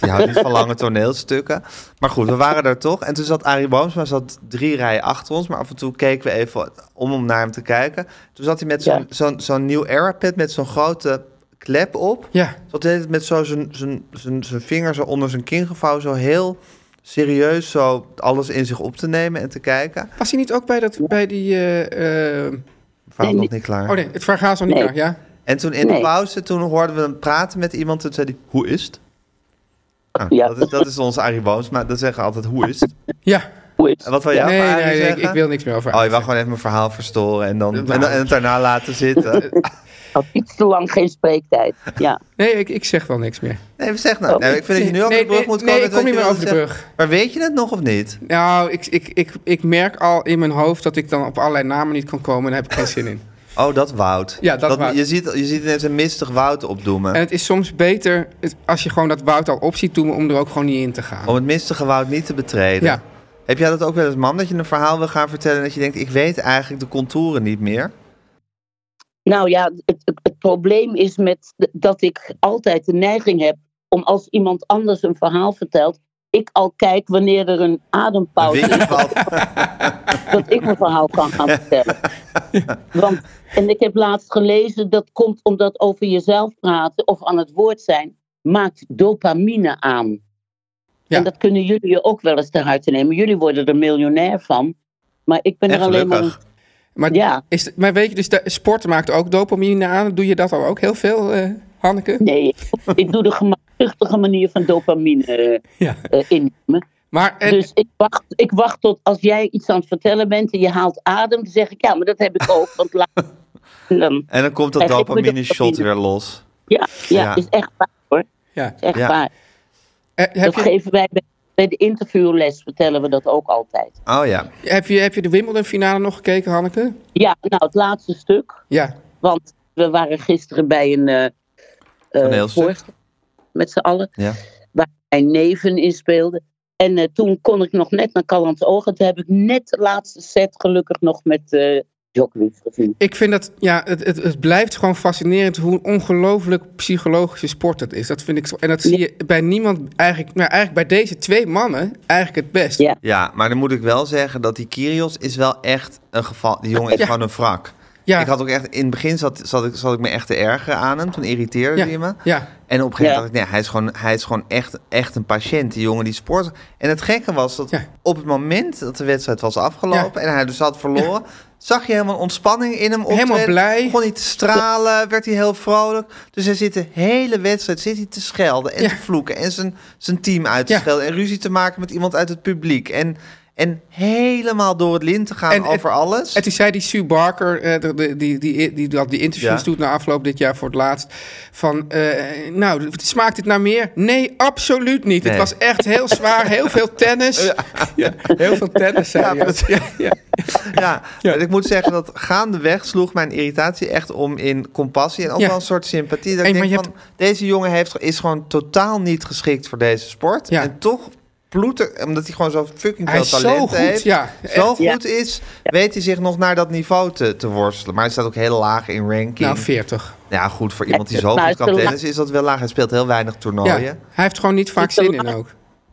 S2: Die houdt niet van lange toneelstukken. Maar goed, we waren daar toch. En toen zat Arie Boomsma zat drie rijen achter ons. Maar af en toe keken we even om om naar hem te kijken. Toen zat hij met zo'n
S6: Ja.
S2: zo'n- zo'n nieuw Arapet met zo'n grote klep op.
S3: Ja.
S2: Zat hij met zo zijn, zijn, zijn, zijn vinger zo onder zijn kin gevouwen. Zo heel serieus zo alles in zich op te nemen en te kijken.
S3: Was hij niet ook bij, dat, bij die... eh, eh,
S2: Het verhaal
S6: Nee,
S2: nog niet klaar.
S3: oh nee, het verhaal is nog niet
S6: Nee.
S3: klaar, ja?
S2: En toen in de
S6: Nee.
S2: pauze, toen hoorden we hem praten met iemand. Toen zei hij, hoe is het? Ah,
S6: Ja.
S2: dat, is, dat is onze Arie Boomsma. Dat zeggen we altijd, hoe is het?
S3: Ja.
S6: Hoe is
S2: En wat wil jij
S3: nee,
S2: van Arie
S3: nee, ik,
S2: zeggen?
S3: ik wil niks meer over
S2: Oh, je
S3: Arie
S2: wou gewoon even mijn verhaal verstoren en, dan,
S3: Nou.
S2: en, dan- en het daarna laten
S3: *laughs*
S2: zitten.
S6: dat? Iets te lang geen spreektijd. Ja. *laughs*
S3: Nee, ik, ik zeg wel niks meer.
S2: Nee, zeg nou. Nee, ik vind dat je nu over de brug moet komen.
S3: Nee,
S2: met
S3: ik kom
S2: wat
S3: niet
S2: je
S3: meer
S2: wilde
S3: over de
S2: zeggen.
S3: brug.
S2: Maar weet je het nog of niet?
S3: Nou, ik, ik, ik, ik merk al in mijn hoofd dat ik dan op allerlei namen niet kan komen en daar heb ik geen zin in.
S2: Oh, dat woud.
S3: Ja, dat woud.
S2: Je ziet, je ziet ineens een mistig woud opdoemen.
S3: En het is soms beter het- als je gewoon dat woud al op ziet doen om er ook gewoon niet in te gaan.
S2: Om het mistige woud niet te betreden.
S3: Ja.
S2: Heb jij dat ook wel eens, mam, dat je een verhaal wil gaan vertellen... en dat je denkt, ik weet eigenlijk de contouren niet meer?
S6: Nou ja, het, het, het probleem is met d- dat ik altijd de neiging heb om als iemand anders een verhaal vertelt, ik al kijk wanneer er een adempauze
S2: Een
S6: is.
S2: wink valt.
S6: dat ik mijn verhaal kan
S2: *laughs*
S6: gaan vertellen. Want, en ik heb laatst gelezen, dat komt omdat over jezelf praten of aan het woord zijn, maakt dopamine aan.
S3: Ja.
S6: En dat kunnen jullie je ook wel eens ter harte nemen. Jullie worden er miljonair van. Maar ik ben
S2: En
S6: er alleen maar...
S2: gelukkig.
S3: Maar,
S6: Ja.
S3: is, maar weet je, dus de, sport maakt ook dopamine aan. Doe je dat al ook heel veel, eh, Hanneke?
S6: Nee, ik doe de gemakzuchtige manier van dopamine eh,
S3: Ja.
S6: eh, innemen.
S3: Maar en,
S6: Dus ik wacht, ik wacht tot als jij iets aan het vertellen bent en je haalt adem, dan zeg ik ja, maar dat heb ik ook. Want laat- dan,
S2: En dan komt dat
S6: En ik moet
S2: dopamine-shot
S6: dopamine.
S2: weer los.
S6: ja, ja,
S2: Ja.
S6: is echt waar hoor.
S3: ja.
S6: Is echt
S2: Ja.
S6: waar.
S3: Eh, heb,
S6: dat
S3: je,
S6: geven wij bij, bij de interviewles, vertellen we dat ook altijd.
S2: Oh ja.
S3: heb, je, heb je de Wimbledon-finale nog gekeken, Hanneke?
S6: Ja, nou, het laatste stuk.
S3: Ja.
S6: Want we waren gisteren bij een eh, eh,
S2: Toneelstuk.
S6: voorstelling met z'n allen.
S2: Ja.
S6: Waar mijn neven in speelden. En eh, toen kon ik nog net naar Callans Ogen. Toen heb ik net de laatste set gelukkig nog met eh Djokovic gezien.
S3: Ik vind dat, ja, het, het, het blijft gewoon fascinerend hoe ongelooflijk psychologische sport dat is. Dat vind ik zo. En dat zie je bij niemand eigenlijk, nou eigenlijk bij deze twee mannen eigenlijk het best.
S6: Ja.
S2: Ja, maar dan moet ik wel zeggen dat die Kyrios is wel echt een geval. Die jongen is
S3: Ja.
S2: gewoon een wrak.
S3: Ja.
S2: Ik had ook echt, in het begin zat, zat, ik, zat ik me echt te ergeren aan hem. Toen irriteerde
S3: Ja,
S2: hij me.
S3: ja.
S2: En op een gegeven moment
S6: Ja.
S2: dacht ik, nee, hij is gewoon, hij is gewoon echt, echt een patiënt. Die jongen die sport. En het gekke was dat
S3: Ja.
S2: op het moment dat de wedstrijd was afgelopen en hij dus had verloren, zag je helemaal ontspanning in hem optreden.
S3: Helemaal blij.
S2: Begon hij te stralen, werd hij heel vrolijk. Dus hij zit de hele wedstrijd zit hij te schelden en
S3: Ja.
S2: te vloeken en zijn, zijn team uit te
S3: Ja.
S2: schelden en ruzie te maken met iemand uit het publiek. En, en helemaal door het lint te gaan
S3: En het-
S2: over alles.
S3: En toen zei die Sue Barker, eh, de- de- die, die, die, die, die interviews
S2: Ja.
S3: doet na afloop dit jaar voor het laatst, van, eh, nou, smaakt dit naar meer? Nee, absoluut niet.
S2: Nee.
S3: Het was echt heel zwaar, heel veel tennis.
S2: *laughs*
S3: Ja. heel veel tennis, zei
S2: Ja,
S3: hij ook.
S2: dat-
S3: ja, *laughs* ja.
S2: Ja, maar ik moet zeggen dat gaandeweg sloeg mijn irritatie echt om in compassie en ook
S3: Ja.
S2: wel een soort sympathie. Dat
S3: Hey,
S2: ik
S3: maar
S2: denk
S3: je
S2: van, deze jongen heeft, is gewoon totaal niet geschikt voor deze sport.
S3: Ja.
S2: En toch bloedt er, omdat hij gewoon zo fucking
S3: Hij
S2: veel
S3: is zo
S2: talent
S3: goed,
S2: heeft,
S3: ja.
S2: zo
S6: Ja.
S2: goed is, weet hij zich nog naar dat niveau te, te worstelen. Maar hij staat ook heel laag in ranking.
S3: Nou, 40.
S2: ja, goed, voor iemand die
S6: Nee,
S2: zo
S6: maar
S2: goed
S6: het is
S2: kan
S6: te
S2: tennis is dat wel laag. Hij speelt heel weinig
S3: Ja.
S2: toernooien.
S3: Hij heeft gewoon niet vaak
S6: Het is
S3: zin
S6: de
S3: in
S6: laag-
S3: ook.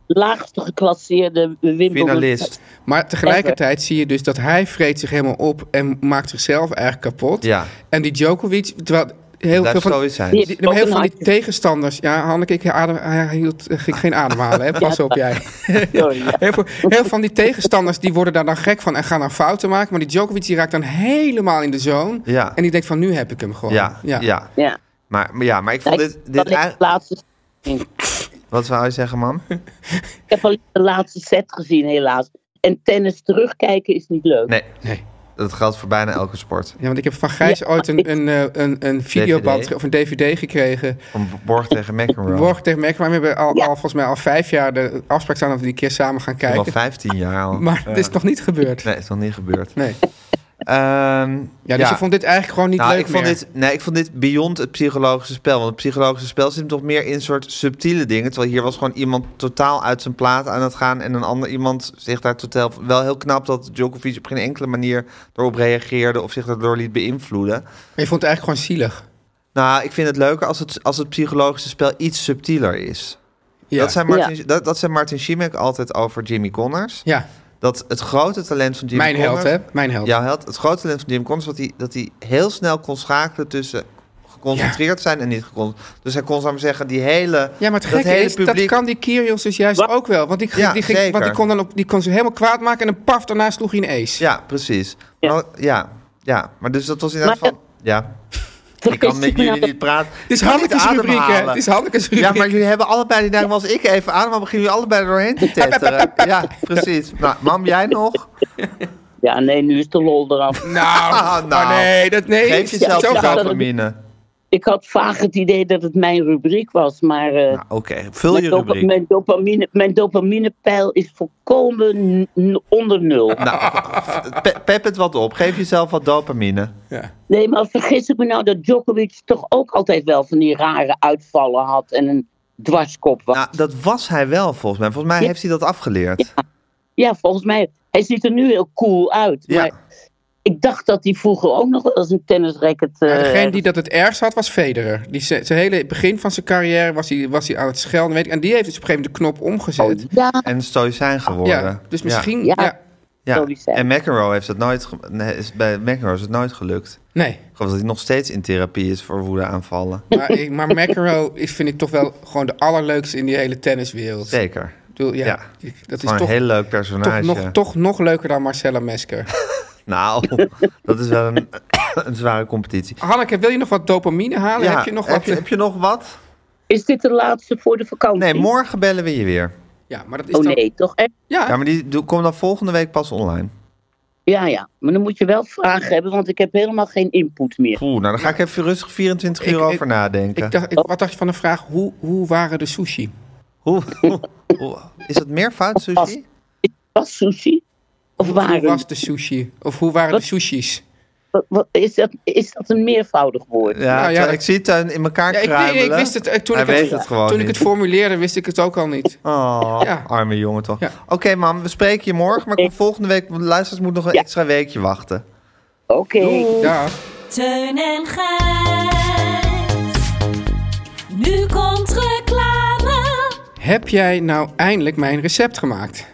S6: Laagste geclasseerde Wimbledon.
S2: Finalist.
S3: Maar tegelijkertijd zie je dus dat hij vreet zich helemaal op en maakt zichzelf eigenlijk kapot.
S2: Ja.
S3: En die Djokovic, terwijl heel veel
S2: Blijft
S3: van,
S2: stoïcijns.
S6: Die-
S3: die- maar heel veel
S6: Ook een
S3: van die
S6: hartje.
S3: tegenstanders. Ja, Hanneke, ik adem, hij hield, ging geen
S6: *laughs*
S3: ademhalen. Hè? Pas op jij.
S6: *laughs* Sorry, ja.
S3: Heel veel, heel veel van die tegenstanders die worden daar dan gek van en gaan dan fouten maken. Maar die Djokovic die raakt dan helemaal in de zone.
S2: Ja.
S3: En die denkt van nu heb ik hem gewoon.
S2: Ja, ja.
S6: Ja.
S2: Maar, maar ja, maar ik
S6: Ja,
S2: vond
S6: ik-
S2: dit...
S6: dat
S2: dit
S6: ik de
S2: eigenlijk-
S6: laatste, ik
S2: Wat zou je zeggen, *laughs* man?
S6: heb alleen de laatste set gezien, helaas. En tennis terugkijken is niet leuk.
S2: Nee,
S3: Nee.
S2: dat geldt voor bijna elke sport.
S3: Ja, want ik heb van Gijs
S6: Ja,
S3: ooit een,
S6: ik-
S3: een, eh, een, een videoband
S2: DVD.
S3: of een dvd gekregen.
S2: Van Borg tegen McEnroe.
S3: *laughs* Borg tegen Mac, maar we hebben al,
S6: Ja.
S3: al volgens mij al vijf jaar de afspraak staan dat we die keer samen gaan
S2: Ik ben al
S3: kijken.
S2: 15 jaar al.
S3: Maar het is nog niet gebeurd.
S2: Nee, is nog niet gebeurd.
S3: Nee.
S2: Ehm,
S3: Ja, dus je vond dit eigenlijk gewoon niet
S2: nou,
S3: leuk
S2: ik vond
S3: meer.
S2: dit, nee, ik vond dit beyond het psychologische spel. Want het psychologische spel zit hem toch meer in soort subtiele dingen. Terwijl hier was gewoon iemand totaal uit zijn plaat aan het gaan. En een ander iemand zich daar totaal... Wel heel knap dat Djokovic op geen enkele manier erop reageerde... of zich daardoor liet beïnvloeden.
S3: Je vond het eigenlijk gewoon zielig.
S2: Nou, ik vind het leuker als het, als het psychologische spel iets subtieler is.
S3: Ja.
S2: Dat, zei Martin, dat, dat zei Martin Schimek altijd over Jimmy Connors.
S3: ja.
S2: Dat het grote talent van Jimmy
S3: Mijn
S2: Connors...
S3: held, hè? Mijn held.
S2: Jouw held, het grote talent van Jim Connors, dat hij, dat hij heel snel kon schakelen tussen geconcentreerd zijn en niet geconcentreerd. Dus hij kon, zou ik maar zeggen, die hele.
S3: Ja, maar het
S2: dat
S3: gekke
S2: hele
S3: is, dat
S2: publiek-
S3: kan die Kyrgios dus juist
S6: Wat?
S3: ook wel. Want die,
S2: Ja,
S3: die, ging,
S2: zeker.
S3: want die, kon dan op, die kon ze helemaal kwaad maken en een paf, daarna sloeg hij een ace.
S2: Ja, precies.
S6: Ja.
S2: Maar, ja, ja, maar dus dat was inderdaad
S6: Maar,
S2: van.
S6: *laughs*
S2: Ja, ik
S6: Vergis
S2: kan met
S6: je nou-
S2: jullie niet praten.
S3: Het is
S2: Ik kan niet
S3: Hanneke's rubriek, hè?
S2: ademhalen.
S3: Het is Hanneke's rubriek.
S2: Ja, maar jullie hebben allebei die dagen, als ik even adem, beginnen jullie allebei er doorheen
S3: *laughs*
S2: te tetteren. Ja, precies. Nou, mam, jij nog?
S6: Ja, nee, nu is de lol
S2: *laughs*
S6: eraf.
S3: *laughs* Nou,
S2: Ah, nou.
S3: oh nee, dat, nee.
S2: Geef
S3: zo
S2: jezelf de
S6: ja,
S3: gaat
S6: dat-
S3: het.
S2: dopamine.
S6: Ik had vaag het idee dat het mijn rubriek was, maar... eh,
S2: Nou, Oké, vul je
S6: mijn, dopa-
S2: rubriek.
S6: mijn, dopamine, mijn dopaminepeil is volkomen n- n- onder nul.
S2: Pe- pep het wat op. Geef jezelf wat dopamine.
S3: Ja.
S6: Nee, maar vergis ik me nou dat Djokovic toch ook altijd wel van die rare uitvallen had en een dwarskop was.
S2: Nou, dat was hij wel volgens mij. Volgens mij
S6: Ja.
S2: heeft hij dat afgeleerd.
S6: Ja, volgens mij, hij ziet er nu heel cool uit.
S2: Ja.
S6: Maar ik dacht dat hij vroeger ook nog wel eens een tennisracket... eh
S3: Maar degene die dat het ergst had, was Federer. Die, ze- zijn hele begin van zijn carrière was hij was hij aan het schelden. Weet ik, en die heeft dus op een gegeven moment de knop
S2: Oh,
S3: omgezet.
S6: ja,
S2: En stoïcijn geworden.
S3: ja, dus misschien... Ja.
S6: Ja.
S2: Ja.
S6: stoïcijn.
S2: En McEnroe heeft dat nooit... ge- nee, is, bij McEnroe is het nooit gelukt.
S3: Nee,
S2: Ik geloof dat hij nog steeds in therapie is voor woedeaanvallen.
S3: maar, ik- maar McEnroe is, vind ik toch wel gewoon de allerleukste in die hele tenniswereld.
S2: Zeker.
S3: Ik bedoel, ja,
S2: Ja.
S3: ik- Dat is
S2: Gewoon
S3: toch,
S2: een heel leuk
S3: toch,
S2: personage.
S3: nog, toch nog leuker dan Marcella Mesker.
S2: Nou, *laughs* dat is wel een, *coughs* een zware competitie.
S3: Hanneke, wil je nog wat dopamine halen?
S2: Ja,
S3: heb je nog
S2: heb
S3: wat? eh,
S2: Je, heb je nog wat?
S6: Is dit de laatste voor de vakantie?
S2: Nee, morgen bellen we je weer.
S3: Ja, maar dat is
S6: Oh
S3: dan...
S6: nee, toch echt?
S3: Ja,
S2: Ja, maar die doe- komt dan volgende week pas online.
S6: Ja, ja. Maar dan moet je wel vragen hebben, want ik heb helemaal geen input meer.
S2: Oeh, nou dan ga ik even rustig 24
S3: Ik-
S2: uur
S3: ik-
S2: over nadenken.
S3: ik dacht, ik- wat dacht je van de vraag, hoe, hoe waren de sushi?
S2: Hoe, hoe- hoe- is dat meer fout, Sushi?
S6: Was sushi? Of
S3: Hoe
S6: waren?
S3: was de sushi? Of hoe waren
S6: Wat?
S3: de sushis?
S6: Wat- wat- Is, dat, is dat een meervoudig woord?
S2: Ja,
S3: Nou ja,
S2: terwijl
S3: ik-
S2: ik zie het dan in elkaar
S3: Ja, ik, nee, nee, ik
S2: kruimelen.
S3: wist het. eh, Toen,
S2: Hij
S3: ik het,
S2: weet het gewoon
S3: toen ik het
S2: niet.
S3: formuleerde, wist ik het ook al niet.
S2: Oh,
S3: Ja.
S2: arme jongen toch.
S3: Ja.
S2: Oké, mam, we spreken je morgen. Maar kom volgende week, want de luisteraars moeten nog een
S6: Ja.
S2: extra weekje wachten.
S6: Oké.
S3: Ja.
S5: Teun en Gijs. Nu komt reclame.
S3: Heb jij nou eindelijk mijn recept gemaakt?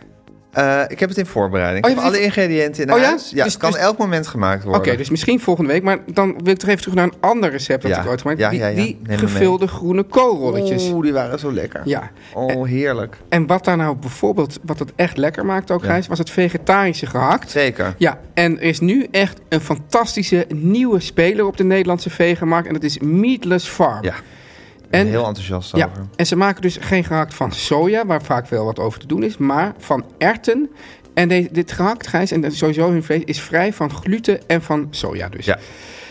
S2: Eh, ik heb het in voorbereiding.
S3: Oh,
S2: ik
S3: je
S2: heb
S3: hebt
S2: alle ingrediënten in
S3: Oh ja?
S2: huis. Ja,
S3: Dus-
S2: het kan
S3: dus-
S2: elk moment gemaakt
S3: Oké,
S2: worden.
S3: dus misschien volgende week. Maar dan wil ik toch even terug naar een ander recept dat
S2: Ja.
S3: ik ooit gemaakt
S2: Ja,
S3: heb. Die,
S2: ja, ja.
S3: die
S2: Neem me mee.
S3: gevulde groene
S6: Oh.
S3: koolrolletjes.
S2: Oeh, die waren zo lekker.
S3: Ja.
S2: Oh, heerlijk.
S3: En wat daar nou bijvoorbeeld, wat het echt lekker maakt ook, Gijs, was het vegetarische gehakt.
S2: Zeker.
S3: Ja, en er is nu echt een fantastische nieuwe speler op de Nederlandse vegenmarkt. En dat is Meatless Farm.
S2: Ja, eh. ik ben
S3: en,
S2: heel enthousiast
S3: ja,
S2: over.
S3: en ze maken dus geen gehakt van soja, waar vaak wel wat over te doen is, maar van erten. En de- dit gehakt, Gijs, en sowieso hun vlees, is vrij van gluten en van soja dus.
S2: Ja.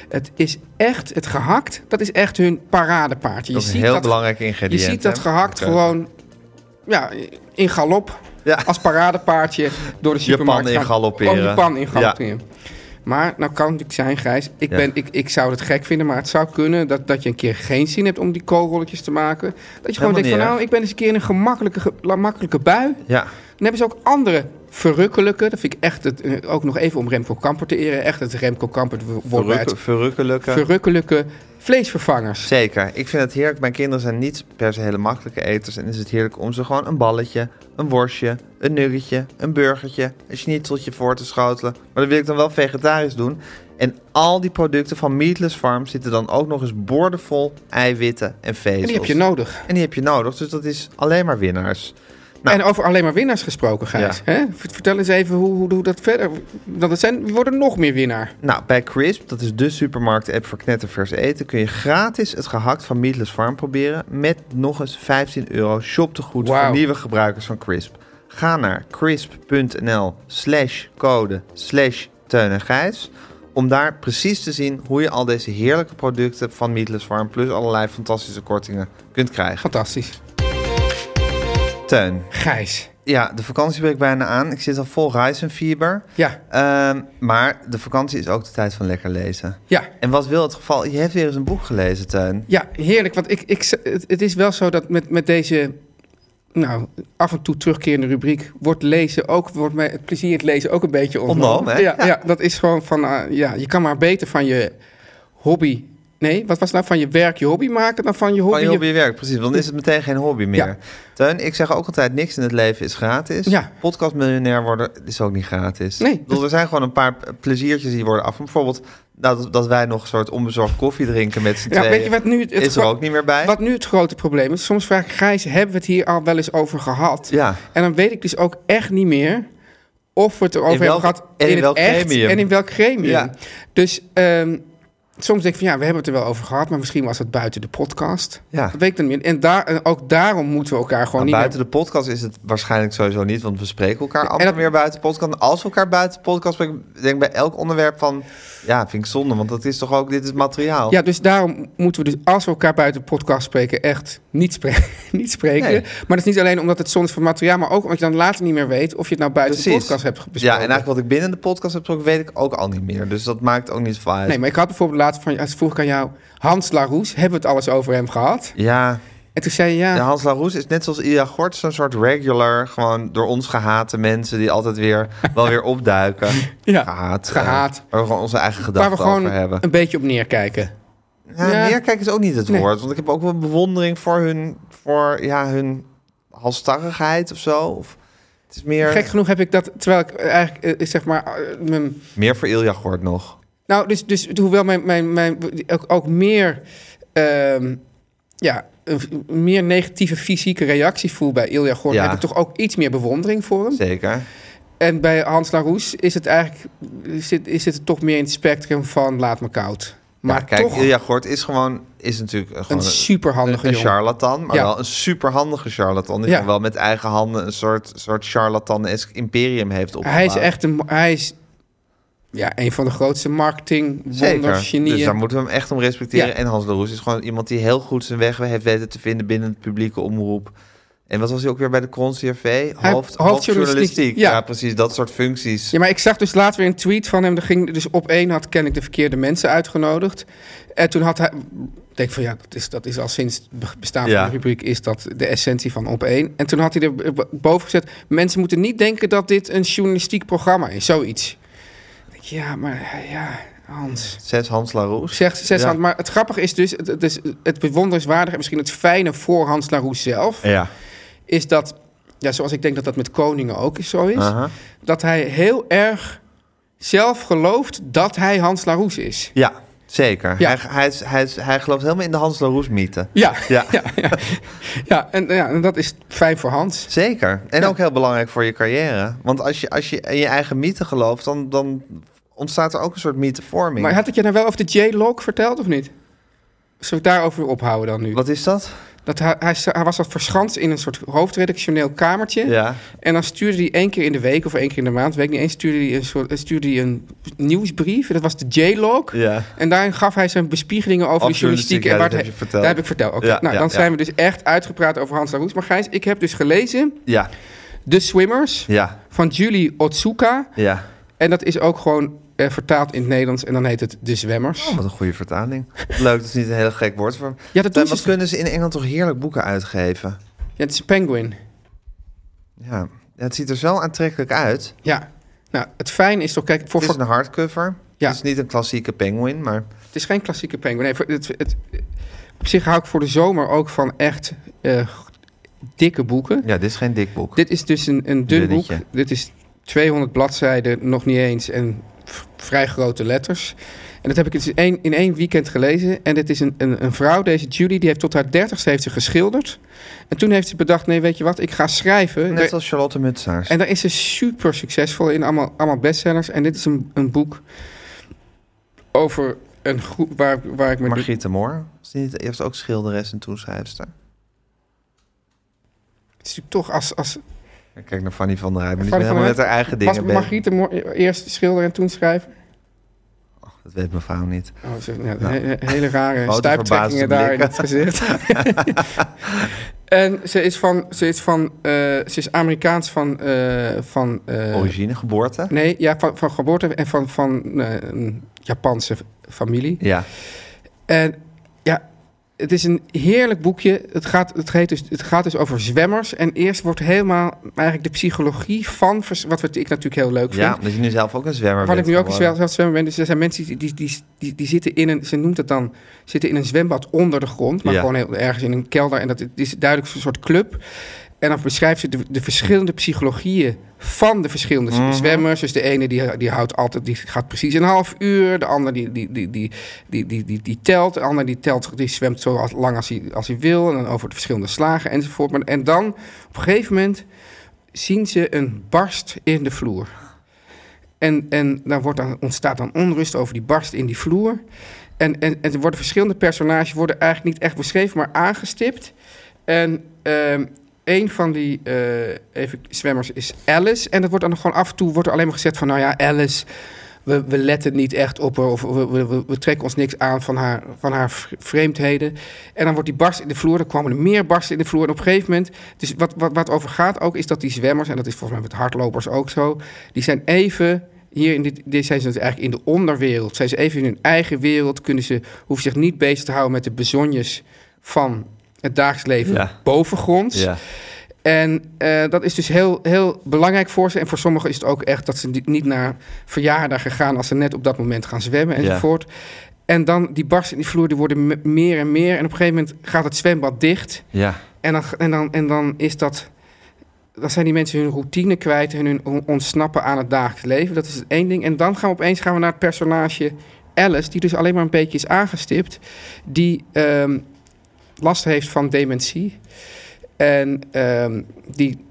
S3: Het is echt, het gehakt, dat is echt hun paradepaardje.
S2: Dat is een heel belangrijk
S3: Je
S2: ingrediënt.
S3: ziet dat
S2: hè?
S3: gehakt
S2: Oké.
S3: gewoon ja, in galop.
S2: Ja.
S3: Als paradepaardje door de supermarkt.
S2: pan in
S3: gaan.
S2: galopperen.
S3: Gewoon je pan in galopperen. Maar nou kan het zijn, Gijs. Ik,
S2: Ja.
S3: ben, ik, ik zou het gek vinden, maar het zou kunnen dat, dat je een keer geen zin hebt om die koolrolletjes te maken. Dat je
S2: Helemaal
S3: gewoon denkt van
S2: niet erg.
S3: nou, ik ben eens een keer in een gemakkelijke, ge- la- makkelijke bui.
S2: Ja,
S3: Dan hebben ze ook andere verrukkelijke. Dat vind ik echt, het, eh, ook nog even om Remco Kamper te eren, echt het Remco Kamper wordt bij
S2: Verrukke,
S3: het
S2: verrukkelijke.
S3: verrukkelijke vleesvervangers.
S2: Zeker. Ik vind het heerlijk. Mijn kinderen zijn niet per se hele makkelijke eters. En is het heerlijk om ze gewoon een balletje, een worstje, een nuggetje, een burgertje, een schnitzeltje voor te schotelen. Maar dat wil ik dan wel vegetarisch doen. En al die producten van Meatless Farm zitten dan ook nog eens boordevol eiwitten en vezels.
S3: En die heb je nodig.
S2: En die heb je nodig. Dus dat is alleen maar winnaars. Nou,
S3: En over alleen maar winnaars gesproken, Gijs. Hè? Ver- Vertel eens even hoe, hoe, hoe dat verder... Want er zijn, er worden nog meer winnaar.
S2: Nou, bij Crisp, dat is de supermarkt-app voor knettervers eten, kun je gratis het gehakt van Meatless Farm proberen met nog eens 15 euro shoptegoed voor
S3: Wauw.
S2: nieuwe gebruikers van Crisp. Ga naar crisp.nl slash code slash Teun en Gijs om daar precies te zien hoe je al deze heerlijke producten van Meatless Farm plus allerlei fantastische kortingen kunt krijgen.
S3: Fantastisch.
S2: Teun,
S3: Gijs.
S2: ja, de vakantie breekt bijna aan. Ik zit al vol reizenfieber.
S3: Ja,
S2: Ehm, maar de vakantie is ook de tijd van lekker lezen.
S3: ja.
S2: En wat wil het geval? Je hebt weer eens een boek gelezen, Tuin.
S3: Ja, heerlijk. Want ik, ik, het, het is wel zo dat met, met deze nou, af en toe terugkerende rubriek... wordt lezen ook, wordt mij het plezier het lezen ook een beetje ontnomen.
S2: Ontnomen, hè?
S3: Ja, ja. dat is gewoon van... ah, ja, je kan maar beter van je hobby... Nee, wat was nou van je werk je hobby maken dan van je hobby...
S2: Van je hobby je werk, precies. Dan is het meteen geen hobby meer.
S3: Ja.
S2: Tuin, ik zeg ook altijd, niks in het leven is gratis.
S3: Ja.
S2: Podcastmiljonair worden is ook niet gratis.
S3: Nee.
S2: Ik bedoel, er zijn gewoon een paar pleziertjes die worden af. Bijvoorbeeld dat, dat wij nog een soort onbezorgd koffie drinken met z'n
S3: Ja,
S2: tweeën.
S3: weet je wat nu het, het
S2: is er
S3: gro-
S2: ook niet meer bij.
S3: Wat nu het grote probleem is, soms vraag ik Gijs, hebben we het hier al wel eens over gehad?
S2: Ja.
S3: En dan weet ik dus ook echt niet meer of we het erover
S2: In welk-
S3: hebben gehad
S2: en in
S3: het
S2: welk
S3: echt
S2: gremium.
S3: en in welk gremium.
S2: Ja.
S3: Dus ehm, soms denk ik van ja, we hebben het er wel over gehad, maar misschien was het buiten de podcast.
S2: Ja.
S3: Dat weet ik dan niet. meer. En, daar, en ook daarom moeten we elkaar gewoon
S2: Maar
S3: niet meer-
S2: buiten de podcast is het waarschijnlijk sowieso niet, want we spreken elkaar amper
S3: dat-
S2: meer buiten de podcast. Als we elkaar buiten de podcast spreken, denk ik bij elk onderwerp van, ja, vind ik zonde, want dat is toch ook, dit is materiaal.
S3: Ja, dus daarom moeten we dus als we elkaar buiten de podcast spreken, echt niet, spre- *laughs* niet spreken.
S2: Nee.
S3: Maar dat is niet alleen omdat het soms van materiaal, maar ook omdat je dan later niet meer weet of je het nou buiten de
S2: Precies.
S3: podcast hebt besproken.
S2: Ja, en eigenlijk wat ik binnen de podcast heb gesproken, weet ik ook al niet meer. Dus dat maakt ook niet veel uit.
S3: Nee, maar ik had bijvoorbeeld laatst van, als vroeg ik aan jou, Hans Laroes, hebben we het alles over hem gehad?
S2: Ja,
S3: En toen zei je ja.
S2: de Hans Laroes is net zoals Ida Gort zo'n soort regular, gewoon door ons gehate mensen die altijd weer wel weer *laughs* opduiken.
S3: Ja,
S2: Gehaat. eh,
S3: gehaat.
S2: waar we gewoon onze eigen
S3: waar
S2: gedachten
S3: we gewoon
S2: over hebben.
S3: een beetje op neerkijken.
S2: Ja,
S3: ja.
S2: neerkijken is ook niet het
S3: Nee.
S2: woord, want ik heb ook wel bewondering voor hun, voor ja, hun halstarrigheid of zo. Of, het is meer,
S3: Gek genoeg heb ik dat, terwijl ik eh, eigenlijk, eh, zeg maar, eh, mijn-
S2: meer voor Ilja Gort nog.
S3: nou, dus, dus hoewel mijn, mijn, mijn ook, ook meer, ehm, ja, een, een meer negatieve fysieke reactie voel bij Ilja Gort,
S2: Ja.
S3: heb ik toch ook iets meer bewondering voor hem.
S2: Zeker.
S3: En bij Hans Laroes is het eigenlijk, zit, is het toch meer in het spectrum van laat me koud. Maar
S2: ja, kijk,
S3: toch
S2: Ilja Gort is gewoon, is natuurlijk eh,
S3: een
S2: gewoon
S3: superhandige
S2: een
S3: jongen.
S2: charlatan, maar
S3: Ja.
S2: wel een superhandige charlatan. Die
S3: Ja.
S2: gewoon wel met eigen handen een soort, soort charlatan-esk imperium heeft opgebouwd.
S3: Hij is echt een, hij is, ja, een van de grootste marketing
S2: Zeker.
S3: wondergenieën.
S2: Dus daar moeten we hem echt om respecteren.
S3: Ja.
S2: En Hans de Roes is gewoon iemand die heel goed zijn weg heeft weten te vinden binnen het publieke omroep. En wat was hij ook weer bij de Krons CRV?
S3: Hij-
S2: Hoofd,
S3: hoofdjournalistiek,
S2: hoofdjournalistiek. Ja.
S3: ja.
S2: precies. Dat soort functies.
S3: ja, maar ik zag dus later weer een tweet van hem. Er ging dus op één had ken ik de verkeerde mensen uitgenodigd. En toen had hij, ik denk van ja, dat is, dat is al sinds het be- bestaan
S2: Ja.
S3: van de rubriek is dat de essentie van op één. En toen had hij er b- boven gezet. Mensen moeten niet denken dat dit een journalistiek programma is, zoiets. Ik denk, ja, maar ja, Hans.
S2: Zes Hans Laroes.
S3: Zegt zes
S2: Ja.
S3: hand. Maar het grappige is dus, het, het, is het bewonderenswaardige en misschien het fijne voor Hans Laroes zelf,
S2: Ja.
S3: is dat, ja, zoals ik denk dat dat met koningen ook zo is,
S2: Aha.
S3: dat hij heel erg zelf gelooft dat hij Hans Laroes is.
S2: Ja, zeker.
S3: Ja.
S2: Hij, hij, is- hij, is- hij gelooft helemaal in de Hans Laroes-mythe.
S3: Ja,
S2: Ja.
S3: ja. *laughs* ja, ja. en, ja, en dat is fijn voor Hans.
S2: Zeker. En
S3: Ja.
S2: ook heel belangrijk voor je carrière. Want als je, als je in je eigen mythe gelooft, dan, dan ontstaat er ook een soort mythevorming.
S3: Maar had ik je nou wel over de J-Log verteld of niet? Zullen we het daarover ophouden dan nu?
S2: Wat is dat?
S3: Dat hij, hij, hij was dat verschanst in een soort hoofdredactioneel kamertje.
S2: Ja.
S3: En dan stuurde hij één keer in de week of één keer in de maand, weet ik niet eens, stuurde hij een, soort, stuurde hij een nieuwsbrief. Dat was de J-log.
S2: Ja.
S3: En daarin gaf hij zijn bespiegelingen over
S2: Over
S3: de journalistiek.
S2: journalistiek, ja,
S3: en waar
S2: dat
S3: het-
S2: heb je verteld.
S3: Dat heb ik verteld. Oké.
S2: Ja,
S3: nou,
S2: ja,
S3: dan
S2: ja.
S3: zijn we dus echt uitgepraat over Hans Laroes. Maar Gijs, ik heb dus gelezen
S2: Ja.
S3: The Swimmers
S2: Ja.
S3: van Julie Otsuka.
S2: Ja.
S3: En dat is ook gewoon eh, vertaald in het Nederlands. En dan heet het De Zwemmers.
S2: Oh, wat een goede vertaling. Leuk, dat is niet een heel gek woord voor hem.
S3: Ja, dat doen
S2: Wat
S3: ze-
S2: kunnen ze in Engeland toch heerlijk boeken uitgeven?
S3: Ja, het is Penguin.
S2: Ja. Ja, het ziet er zo aantrekkelijk uit.
S3: Ja. Nou, het fijn is toch, kijk, voor
S2: Het is een hardcover.
S3: Ja.
S2: Het is niet een klassieke penguin, maar...
S3: Het is geen klassieke penguin. Nee, voor- het, het, op zich hou ik voor de zomer ook van echt eh, dikke boeken.
S2: Ja, dit is geen dik boek.
S3: Dit is dus een, een dun boek.
S2: Dunnetje.
S3: Dit is 200 bladzijden, nog niet eens. En v- vrij grote letters. En dat heb ik in één, in één weekend gelezen. En dit is een, een, een vrouw, deze Judy, die heeft tot haar dertigste heeft ze geschilderd. En toen heeft ze bedacht, nee, weet je wat, ik ga schrijven. Er-
S2: Net als Charlotte Mutsaars.
S3: en daar is ze super succesvol in, allemaal, allemaal bestsellers. En dit is een, een boek over een groep waar, waar ik me...
S2: Margriet de Moor. Is die niet eerst ook schilderes en toeschrijfster?
S3: Het is natuurlijk toch als... als
S2: Ik Kijk naar Fanny van der Heijden. Die is
S3: Fanny van
S2: helemaal
S3: der
S2: met haar eigen
S3: was
S2: dingen bezig.
S3: Margriet de Moor eerst schilder en toen schrijven?
S2: Dat weet mijn vrouw niet.
S3: Oh, ze- ja, he- he- hele rare
S2: Nou. Grote
S3: stuiptrekkingen
S2: verbaasde
S3: daar in
S2: blikken.
S3: het gezicht. en ze is van... Ze is, van, eh, ze is Amerikaans van... eh, van eh,
S2: Origine, geboorte.
S3: nee, ja, van, van geboorte en van, van eh, een Japanse familie.
S2: Ja.
S3: En ja, het is een heerlijk boekje. Het gaat, het, heet dus, het gaat dus over zwemmers. En eerst wordt helemaal eigenlijk de psychologie van... vers- Wat we- ik natuurlijk heel leuk vind.
S2: ja, omdat je nu zelf ook een zwemmer
S3: Wat ik
S2: bent
S3: nu ook eens
S2: geworden.
S3: wel zelf zwemmer ben. Dus er zijn mensen die, die, die, die, die zitten in een... Ze noemt het dan... Zitten in een zwembad onder de grond. Maar
S2: Ja.
S3: gewoon heel ergens in een kelder. En dat is duidelijk een soort club. En dan beschrijft ze de, de verschillende psychologieën van de verschillende zwemmers. Dus de ene die, die houdt altijd, die gaat precies een half uur. De ander die, die, die, die, die, die, die, die telt. De ander die telt, die zwemt zo als- lang als hij, als hij wil. En dan over de verschillende slagen enzovoort. Maar, en dan op een gegeven moment zien ze een barst in de vloer. En, en dan wordt dan, ontstaat dan onrust over die barst in die vloer. En, en, en er worden verschillende personages worden eigenlijk niet echt beschreven, maar aangestipt. En ehm een van die eh, even, zwemmers is Alice. En dat wordt dan gewoon af en toe wordt er alleen maar gezegd van... nou ja, Alice, we, we letten niet echt op haar... of we, we, we- we trekken ons niks aan van haar, van haar v- vreemdheden. En dan wordt die barst in de vloer, dan kwamen er meer barsten in de vloer. En op een gegeven moment, dus wat, wat, wat over gaat ook... is dat die zwemmers, en dat is volgens mij met hardlopers ook zo... die zijn even... Hier in dit, dit zijn ze dus eigenlijk in de onderwereld. Zijn ze even in hun eigen wereld. Kunnen ze, hoeven zich niet bezig te houden met de bezonjes van het dagelijks leven
S2: Ja.
S3: bovengronds.
S2: Ja.
S3: En eh, dat is dus heel, heel belangrijk voor ze. En voor sommigen is het ook echt dat ze ni- niet naar verjaardagen gaan als ze net op dat moment gaan zwemmen enzovoort. En dan die barsten in die vloer, die worden me- meer en meer. En op een gegeven moment gaat het zwembad dicht.
S2: ja.
S3: En dan, en dan, en dan is dat. Dan zijn die mensen hun routine kwijt en hun on- ontsnappen aan het dagelijks leven. Dat is het één ding. En dan gaan we opeens gaan we naar het personage Alice, die dus alleen maar een beetje is aangestipt, die ehm, last heeft van dementie. En ehm, die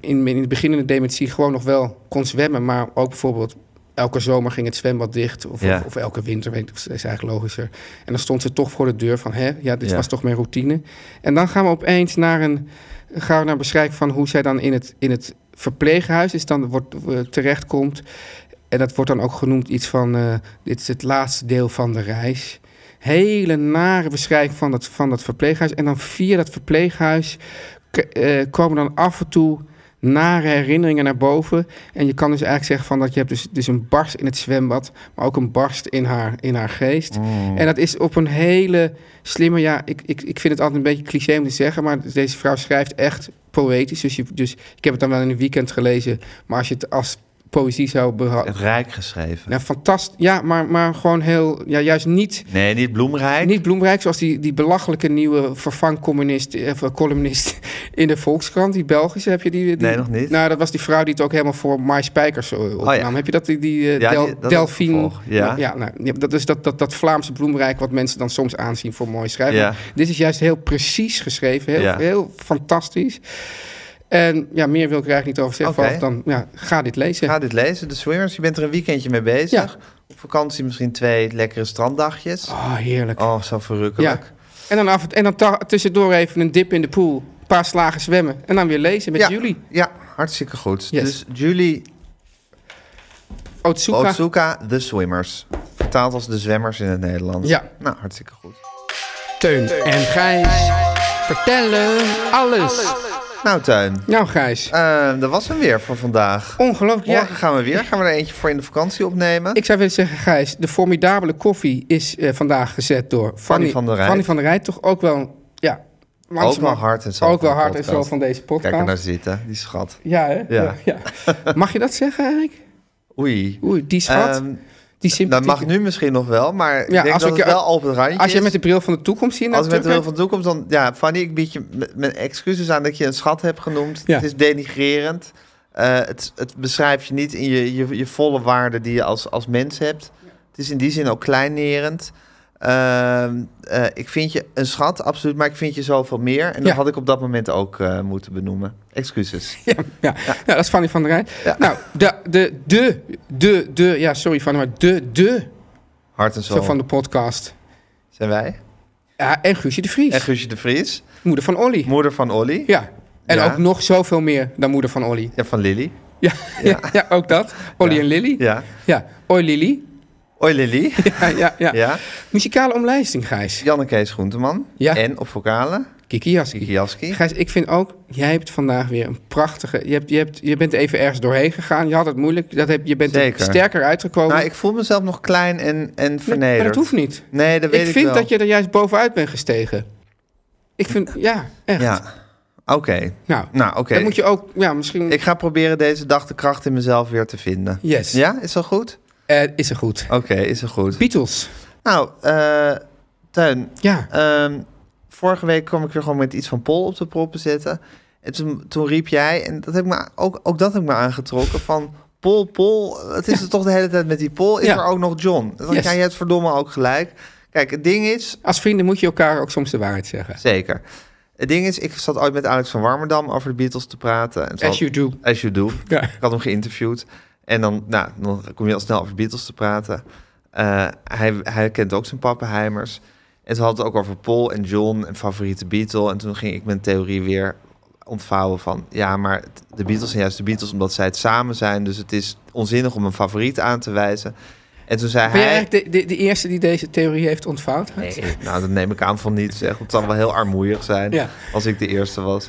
S3: in, in de beginnende dementie gewoon nog wel kon zwemmen, maar ook bijvoorbeeld elke zomer ging het zwembad dicht. Of,
S2: Ja.
S3: of, of elke winter, weet ik, dat is eigenlijk logischer. En dan stond ze toch voor de deur van, hè, ja, dit
S2: Ja.
S3: was toch mijn routine. En dan gaan we opeens naar een, gaan we naar beschrijving van hoe zij dan in het, in het verpleeghuis is, dan wordt, eh, terechtkomt. En dat wordt dan ook genoemd iets van, eh, dit is het laatste deel van de reis. Hele nare beschrijving van dat, van dat verpleeghuis. En dan via dat verpleeghuis k- eh, komen dan af en toe nare herinneringen naar boven. En je kan dus eigenlijk zeggen van dat je hebt dus, dus een barst in het zwembad, maar ook een barst in haar, in haar geest. En dat is op een hele slimme, ja, ik, ik, ik vind het altijd een beetje cliché om te zeggen, maar deze vrouw schrijft echt poëtisch. Dus, je, dus ik heb het dan wel in een weekend gelezen, maar als je het als poëzie zou behouden.
S2: Het rijk geschreven.
S3: Nou, fantastisch. Ja, maar, maar gewoon heel, ja, juist niet
S2: Nee, niet bloemrijk.
S3: niet bloemrijk, zoals die, die belachelijke nieuwe vervangcommunist, eh, of columnist *laughs* in de Volkskrant, die Belgische, heb je die? die-
S2: Nee, nog niet. Oh
S3: Nou, dat was die vrouw die het ook helemaal voor My Spijkers eh, opnam.
S2: ja.
S3: Heb je dat, die, die, eh,
S2: Ja,
S3: Del-
S2: die- dat
S3: Delphine?
S2: heb ik gevolgd, ja.
S3: Nou, nou, ja, dat is dat, dat, dat Vlaamse bloemrijk wat mensen dan soms aanzien voor mooi schrijven.
S2: Ja.
S3: Maar Dit is juist heel precies geschreven, heel,
S2: Ja.
S3: heel fantastisch. En ja, meer wil ik er eigenlijk niet over zeggen.
S2: Oké.
S3: behalve dan, ja, ga dit lezen.
S2: Ga dit lezen, de Swimmers. Je bent er een weekendje mee bezig.
S3: Ja.
S2: Op vakantie misschien twee lekkere stranddagjes.
S3: Oh, heerlijk.
S2: Oh, zo verrukkelijk.
S3: En dan, af, en dan ta- tussendoor even een dip in de pool. Een paar slagen zwemmen. En dan weer lezen met
S2: Ja.
S3: jullie.
S2: Ja, hartstikke goed.
S3: Yes.
S2: Dus Julie
S3: Otsuka.
S2: Otsuka, The Swimmers. Vertaald als De Zwemmers in het Nederlands.
S3: Ja.
S2: Nou, hartstikke goed.
S3: Teun en Gijs vertellen alles.
S2: Nou, Tuin.
S3: Nou Gijs,
S2: eh, dat was hem weer voor vandaag.
S3: ongelooflijk. Ja,
S2: Morgen gaan we weer. Gaan we er eentje voor in de vakantie opnemen.
S3: ik zou willen zeggen Gijs, de formidabele koffie is eh, vandaag gezet door Fanny,
S2: van der Rijt.
S3: Fanny van der Rijt. Toch ook wel, ja,
S2: Ook wel
S3: langzamerhard-
S2: hard en zo.
S3: Ook wel
S2: van de
S3: hard en zo
S2: podcast.
S3: van deze
S2: Kijk er naar
S3: podcast.
S2: zitten, die schat.
S3: Ja, hè?
S2: Ja.
S3: Ja. ja.
S2: *laughs*
S3: Mag je dat zeggen, Erik?
S2: Oei.
S3: Oei, die schat.
S2: Ehm,
S3: die
S2: dat
S3: sympathieke.
S2: mag nu misschien nog wel, maar ik
S3: Ja,
S2: denk
S3: als
S2: dat
S3: ik-
S2: het wel op het randje
S3: Als je
S2: is.
S3: met de bril van de toekomst hier
S2: Als we
S3: naartoe
S2: met de wil
S3: kijkt.
S2: van de toekomst, dan... Ja, Fanny, ik bied je m- mijn excuses aan dat je een schat hebt genoemd.
S3: Ja.
S2: Het is denigrerend. Eh, het, het beschrijft je niet in je, je, je volle waarde die je als, als mens hebt. Het is in die zin ook kleinerend. Ehm, eh, ik vind je een schat, absoluut, maar ik vind je zoveel meer. En dat
S3: Ja.
S2: had ik op dat moment ook eh, moeten benoemen. Excuses.
S3: Ja, *laughs* ja. ja, dat is Fanny van der Rijn. Nou, de, de, de, de, de, ja, sorry Fanny, maar de, de,
S2: Hart en zo,
S3: zo van de podcast.
S2: zijn wij.
S3: Ja, en Guusje de Vries,
S2: En Guusje de Vries,
S3: moeder van Olly.
S2: moeder van Olly.
S3: Ja, en
S2: Ja.
S3: ook nog zoveel meer dan moeder van Olly. *laughs*
S2: Ja, van Lily.
S3: Ja, ja. *laughs* ja, ook dat. Olly en Lily.
S2: Ja.
S3: Ja, Oi Lily. *laughs*
S2: Oi Lily.
S3: Ja, ja, ja.
S2: Ja.
S3: Muzikale omlijsting, Gijs.
S2: Janne Kees Groenteman.
S3: Ja.
S2: En op vocalen,
S3: Kiki Jaski.
S2: Kiki Jaski.
S3: Gijs, ik vind ook, jij hebt vandaag weer een prachtige... Je, hebt, je, hebt, je bent even ergens doorheen gegaan. Je had het moeilijk. Dat heb, je bent er
S2: Zeker.
S3: sterker uitgekomen.
S2: Nou, ik voel mezelf nog klein en, en
S3: Nee, maar dat
S2: vernederd.
S3: hoeft niet.
S2: Nee, dat weet ik
S3: ik vind
S2: wel.
S3: dat je er juist bovenuit bent gestegen. Ik vind, ja, echt.
S2: Ja. Oké.
S3: Nou,
S2: Nou, oké.
S3: dan moet je ook, ja, misschien...
S2: Ik ga proberen deze dag de kracht in mezelf weer te vinden.
S3: Yes.
S2: Ja, is dat goed?
S3: Eh, is er goed.
S2: Oké, is dat goed.
S3: Beatles.
S2: Nou, eh Tuin,
S3: Ja.
S2: ehm, vorige week kwam ik weer gewoon met iets van Pol op de proppen zitten. En toen, toen riep jij, en dat heb ik me, ook, ook dat heb ik me aangetrokken, van Pol, Pol, het is er toch de hele tijd met die Pol, is
S3: Ja.
S2: er ook nog John? Dan dacht ik,
S3: Yes.
S2: ja, je hebt verdomme ook gelijk. Kijk, het ding is,
S3: Als vrienden moet je elkaar ook soms de waarheid zeggen.
S2: Zeker. Het ding is, ik zat ooit met Alex van Warmerdam over de Beatles te praten. En toen
S3: As you do.
S2: As you do.
S3: Ja.
S2: Ik had hem geïnterviewd. En dan, nou, dan kom je al snel over de Beatles te praten. Eh, hij, hij kent ook zijn pappenheimers. En toen had het ook over Paul en John en favoriete Beatle. En toen ging ik mijn theorie weer ontvouwen van... ja, maar het- de Beatles zijn juist de Beatles omdat zij het samen zijn. Dus het is onzinnig om een favoriet aan te wijzen. En toen zei
S3: Ben jij
S2: hij...
S3: eigenlijk de, de, de eerste die deze theorie heeft ontvouwd?
S2: Nee, nou, dat neem ik aan van niet. Zeg. Het zal wel heel armoeig zijn
S3: Ja.
S2: als ik de eerste was.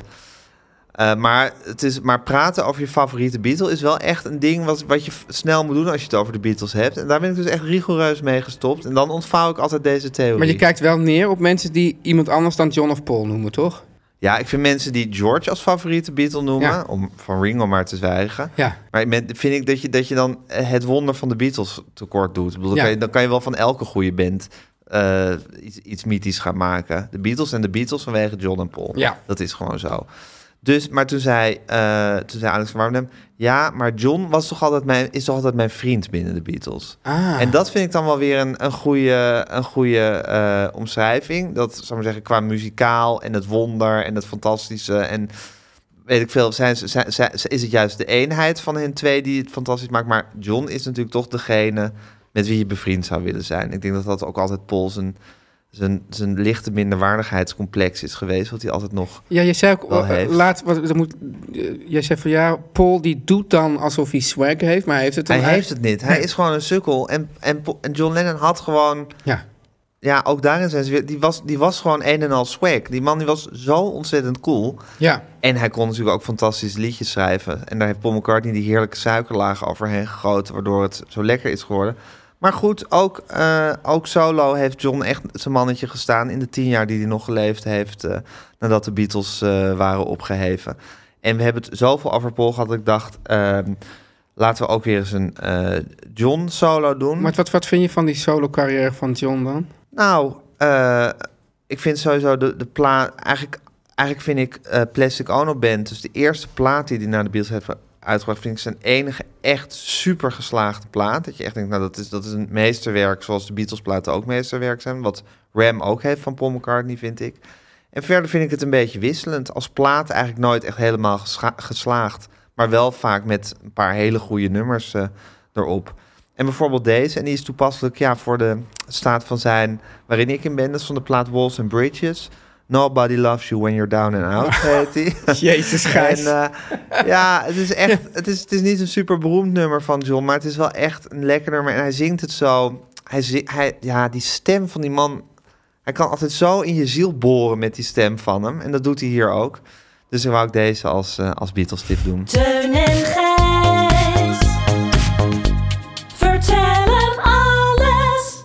S2: Eh, maar, het is, maar praten over je favoriete Beatle is wel echt een ding wat, wat je f- snel moet doen als je het over de Beatles hebt. En daar ben ik dus echt rigoureus mee gestopt. En dan ontvouw ik altijd deze theorie.
S3: Maar je kijkt wel neer op mensen die iemand anders dan John of Paul noemen, toch?
S2: Ja, ik vind mensen die George als favoriete Beatle noemen,
S3: Ja.
S2: om van Ringo maar te zwijgen.
S3: Ja.
S2: Maar ik ben- vind ik dat je, dat je dan eh, het wonder van de Beatles tekort doet. Ik bedoel, dan,
S3: Ja.
S2: kan je, dan kan je wel van elke goede band eh, iets, iets mythisch gaan maken. De Beatles en de Beatles vanwege John en Paul.
S3: Ja.
S2: Dat is gewoon zo. Dus, maar toen zei, eh, toen zei Alex van Warmdem... ja, maar John was toch altijd mijn, is toch altijd mijn vriend binnen de Beatles.
S3: Ah.
S2: En dat vind ik dan wel weer een, een goede, een goede eh, omschrijving. Dat, zou ik maar zeggen, qua muzikaal en het wonder en het fantastische... en weet ik veel, zijn, ze- zijn, zijn- is het juist de eenheid van hen twee die het fantastisch maakt. Maar John is natuurlijk toch degene met wie je bevriend zou willen zijn. Ik denk dat dat ook altijd Paul zijn, zijn, zijn lichte minderwaardigheidscomplex is geweest. Wat hij altijd nog...
S3: Ja, jij zei ook
S2: Wel
S3: eh,
S2: heeft.
S3: laat, wat, dat moet, eh, jij zei van ja, Paul die doet dan alsof hij swag heeft, maar hij heeft het dan
S2: Hij heeft
S3: eigenlijk-
S2: het niet. Hij is gewoon een sukkel. En, en, Po- en John Lennon had gewoon...
S3: Ja.
S2: Ja, ook daarin zijn ze weer... Die was, die was gewoon een en al swag. Die man die was zo ontzettend cool.
S3: Ja.
S2: En hij kon natuurlijk ook fantastische liedjes schrijven. En daar heeft Paul McCartney die heerlijke suikerlaag overheen gegoten... waardoor het zo lekker is geworden. Maar goed, ook, eh, ook solo heeft John echt zijn mannetje gestaan... in de tien jaar die hij nog geleefd heeft... eh, nadat de Beatles eh, waren opgeheven. En we hebben het zoveel over Paul gehad dat ik dacht... ehm, laten we ook weer eens een eh, John solo doen.
S3: Maar wat, wat vind je van die solo-carrière van John dan?
S2: Nou, eh, ik vind sowieso de, de plaat... Eigenlijk, eigenlijk vind ik eh, Plastic Ono Band... dus de eerste plaat die hij naar de Beatles heeft uitgebracht... vind ik zijn enige echt super geslaagde plaat. Dat je echt denkt, nou, dat is, dat is een meesterwerk... zoals de Beatles platen ook meesterwerk zijn. Wat Ram ook heeft van Paul McCartney, vind ik. En verder vind ik het een beetje wisselend. Als plaat eigenlijk nooit echt helemaal gescha- geslaagd... maar wel vaak met een paar hele goede nummers eh, erop... En bijvoorbeeld deze, en die is toepasselijk ja, voor de staat van zijn waarin ik in ben. Dat is van de plaat Walls and Bridges. Nobody loves you when you're down and out, heet die.
S3: Jezus,
S2: En
S3: Gijs.
S2: eh, ja, het is echt, het is, het is niet een super beroemd nummer van John, maar het is wel echt een lekker nummer. En hij zingt het zo, hij, zi- hij, ja, die stem van die man, hij kan altijd zo in je ziel boren met die stem van hem. En dat doet hij hier ook. Dus dan wou ik deze als, eh, als Beatles tip doen.
S5: Teun en Gijs. Vertel hem alles.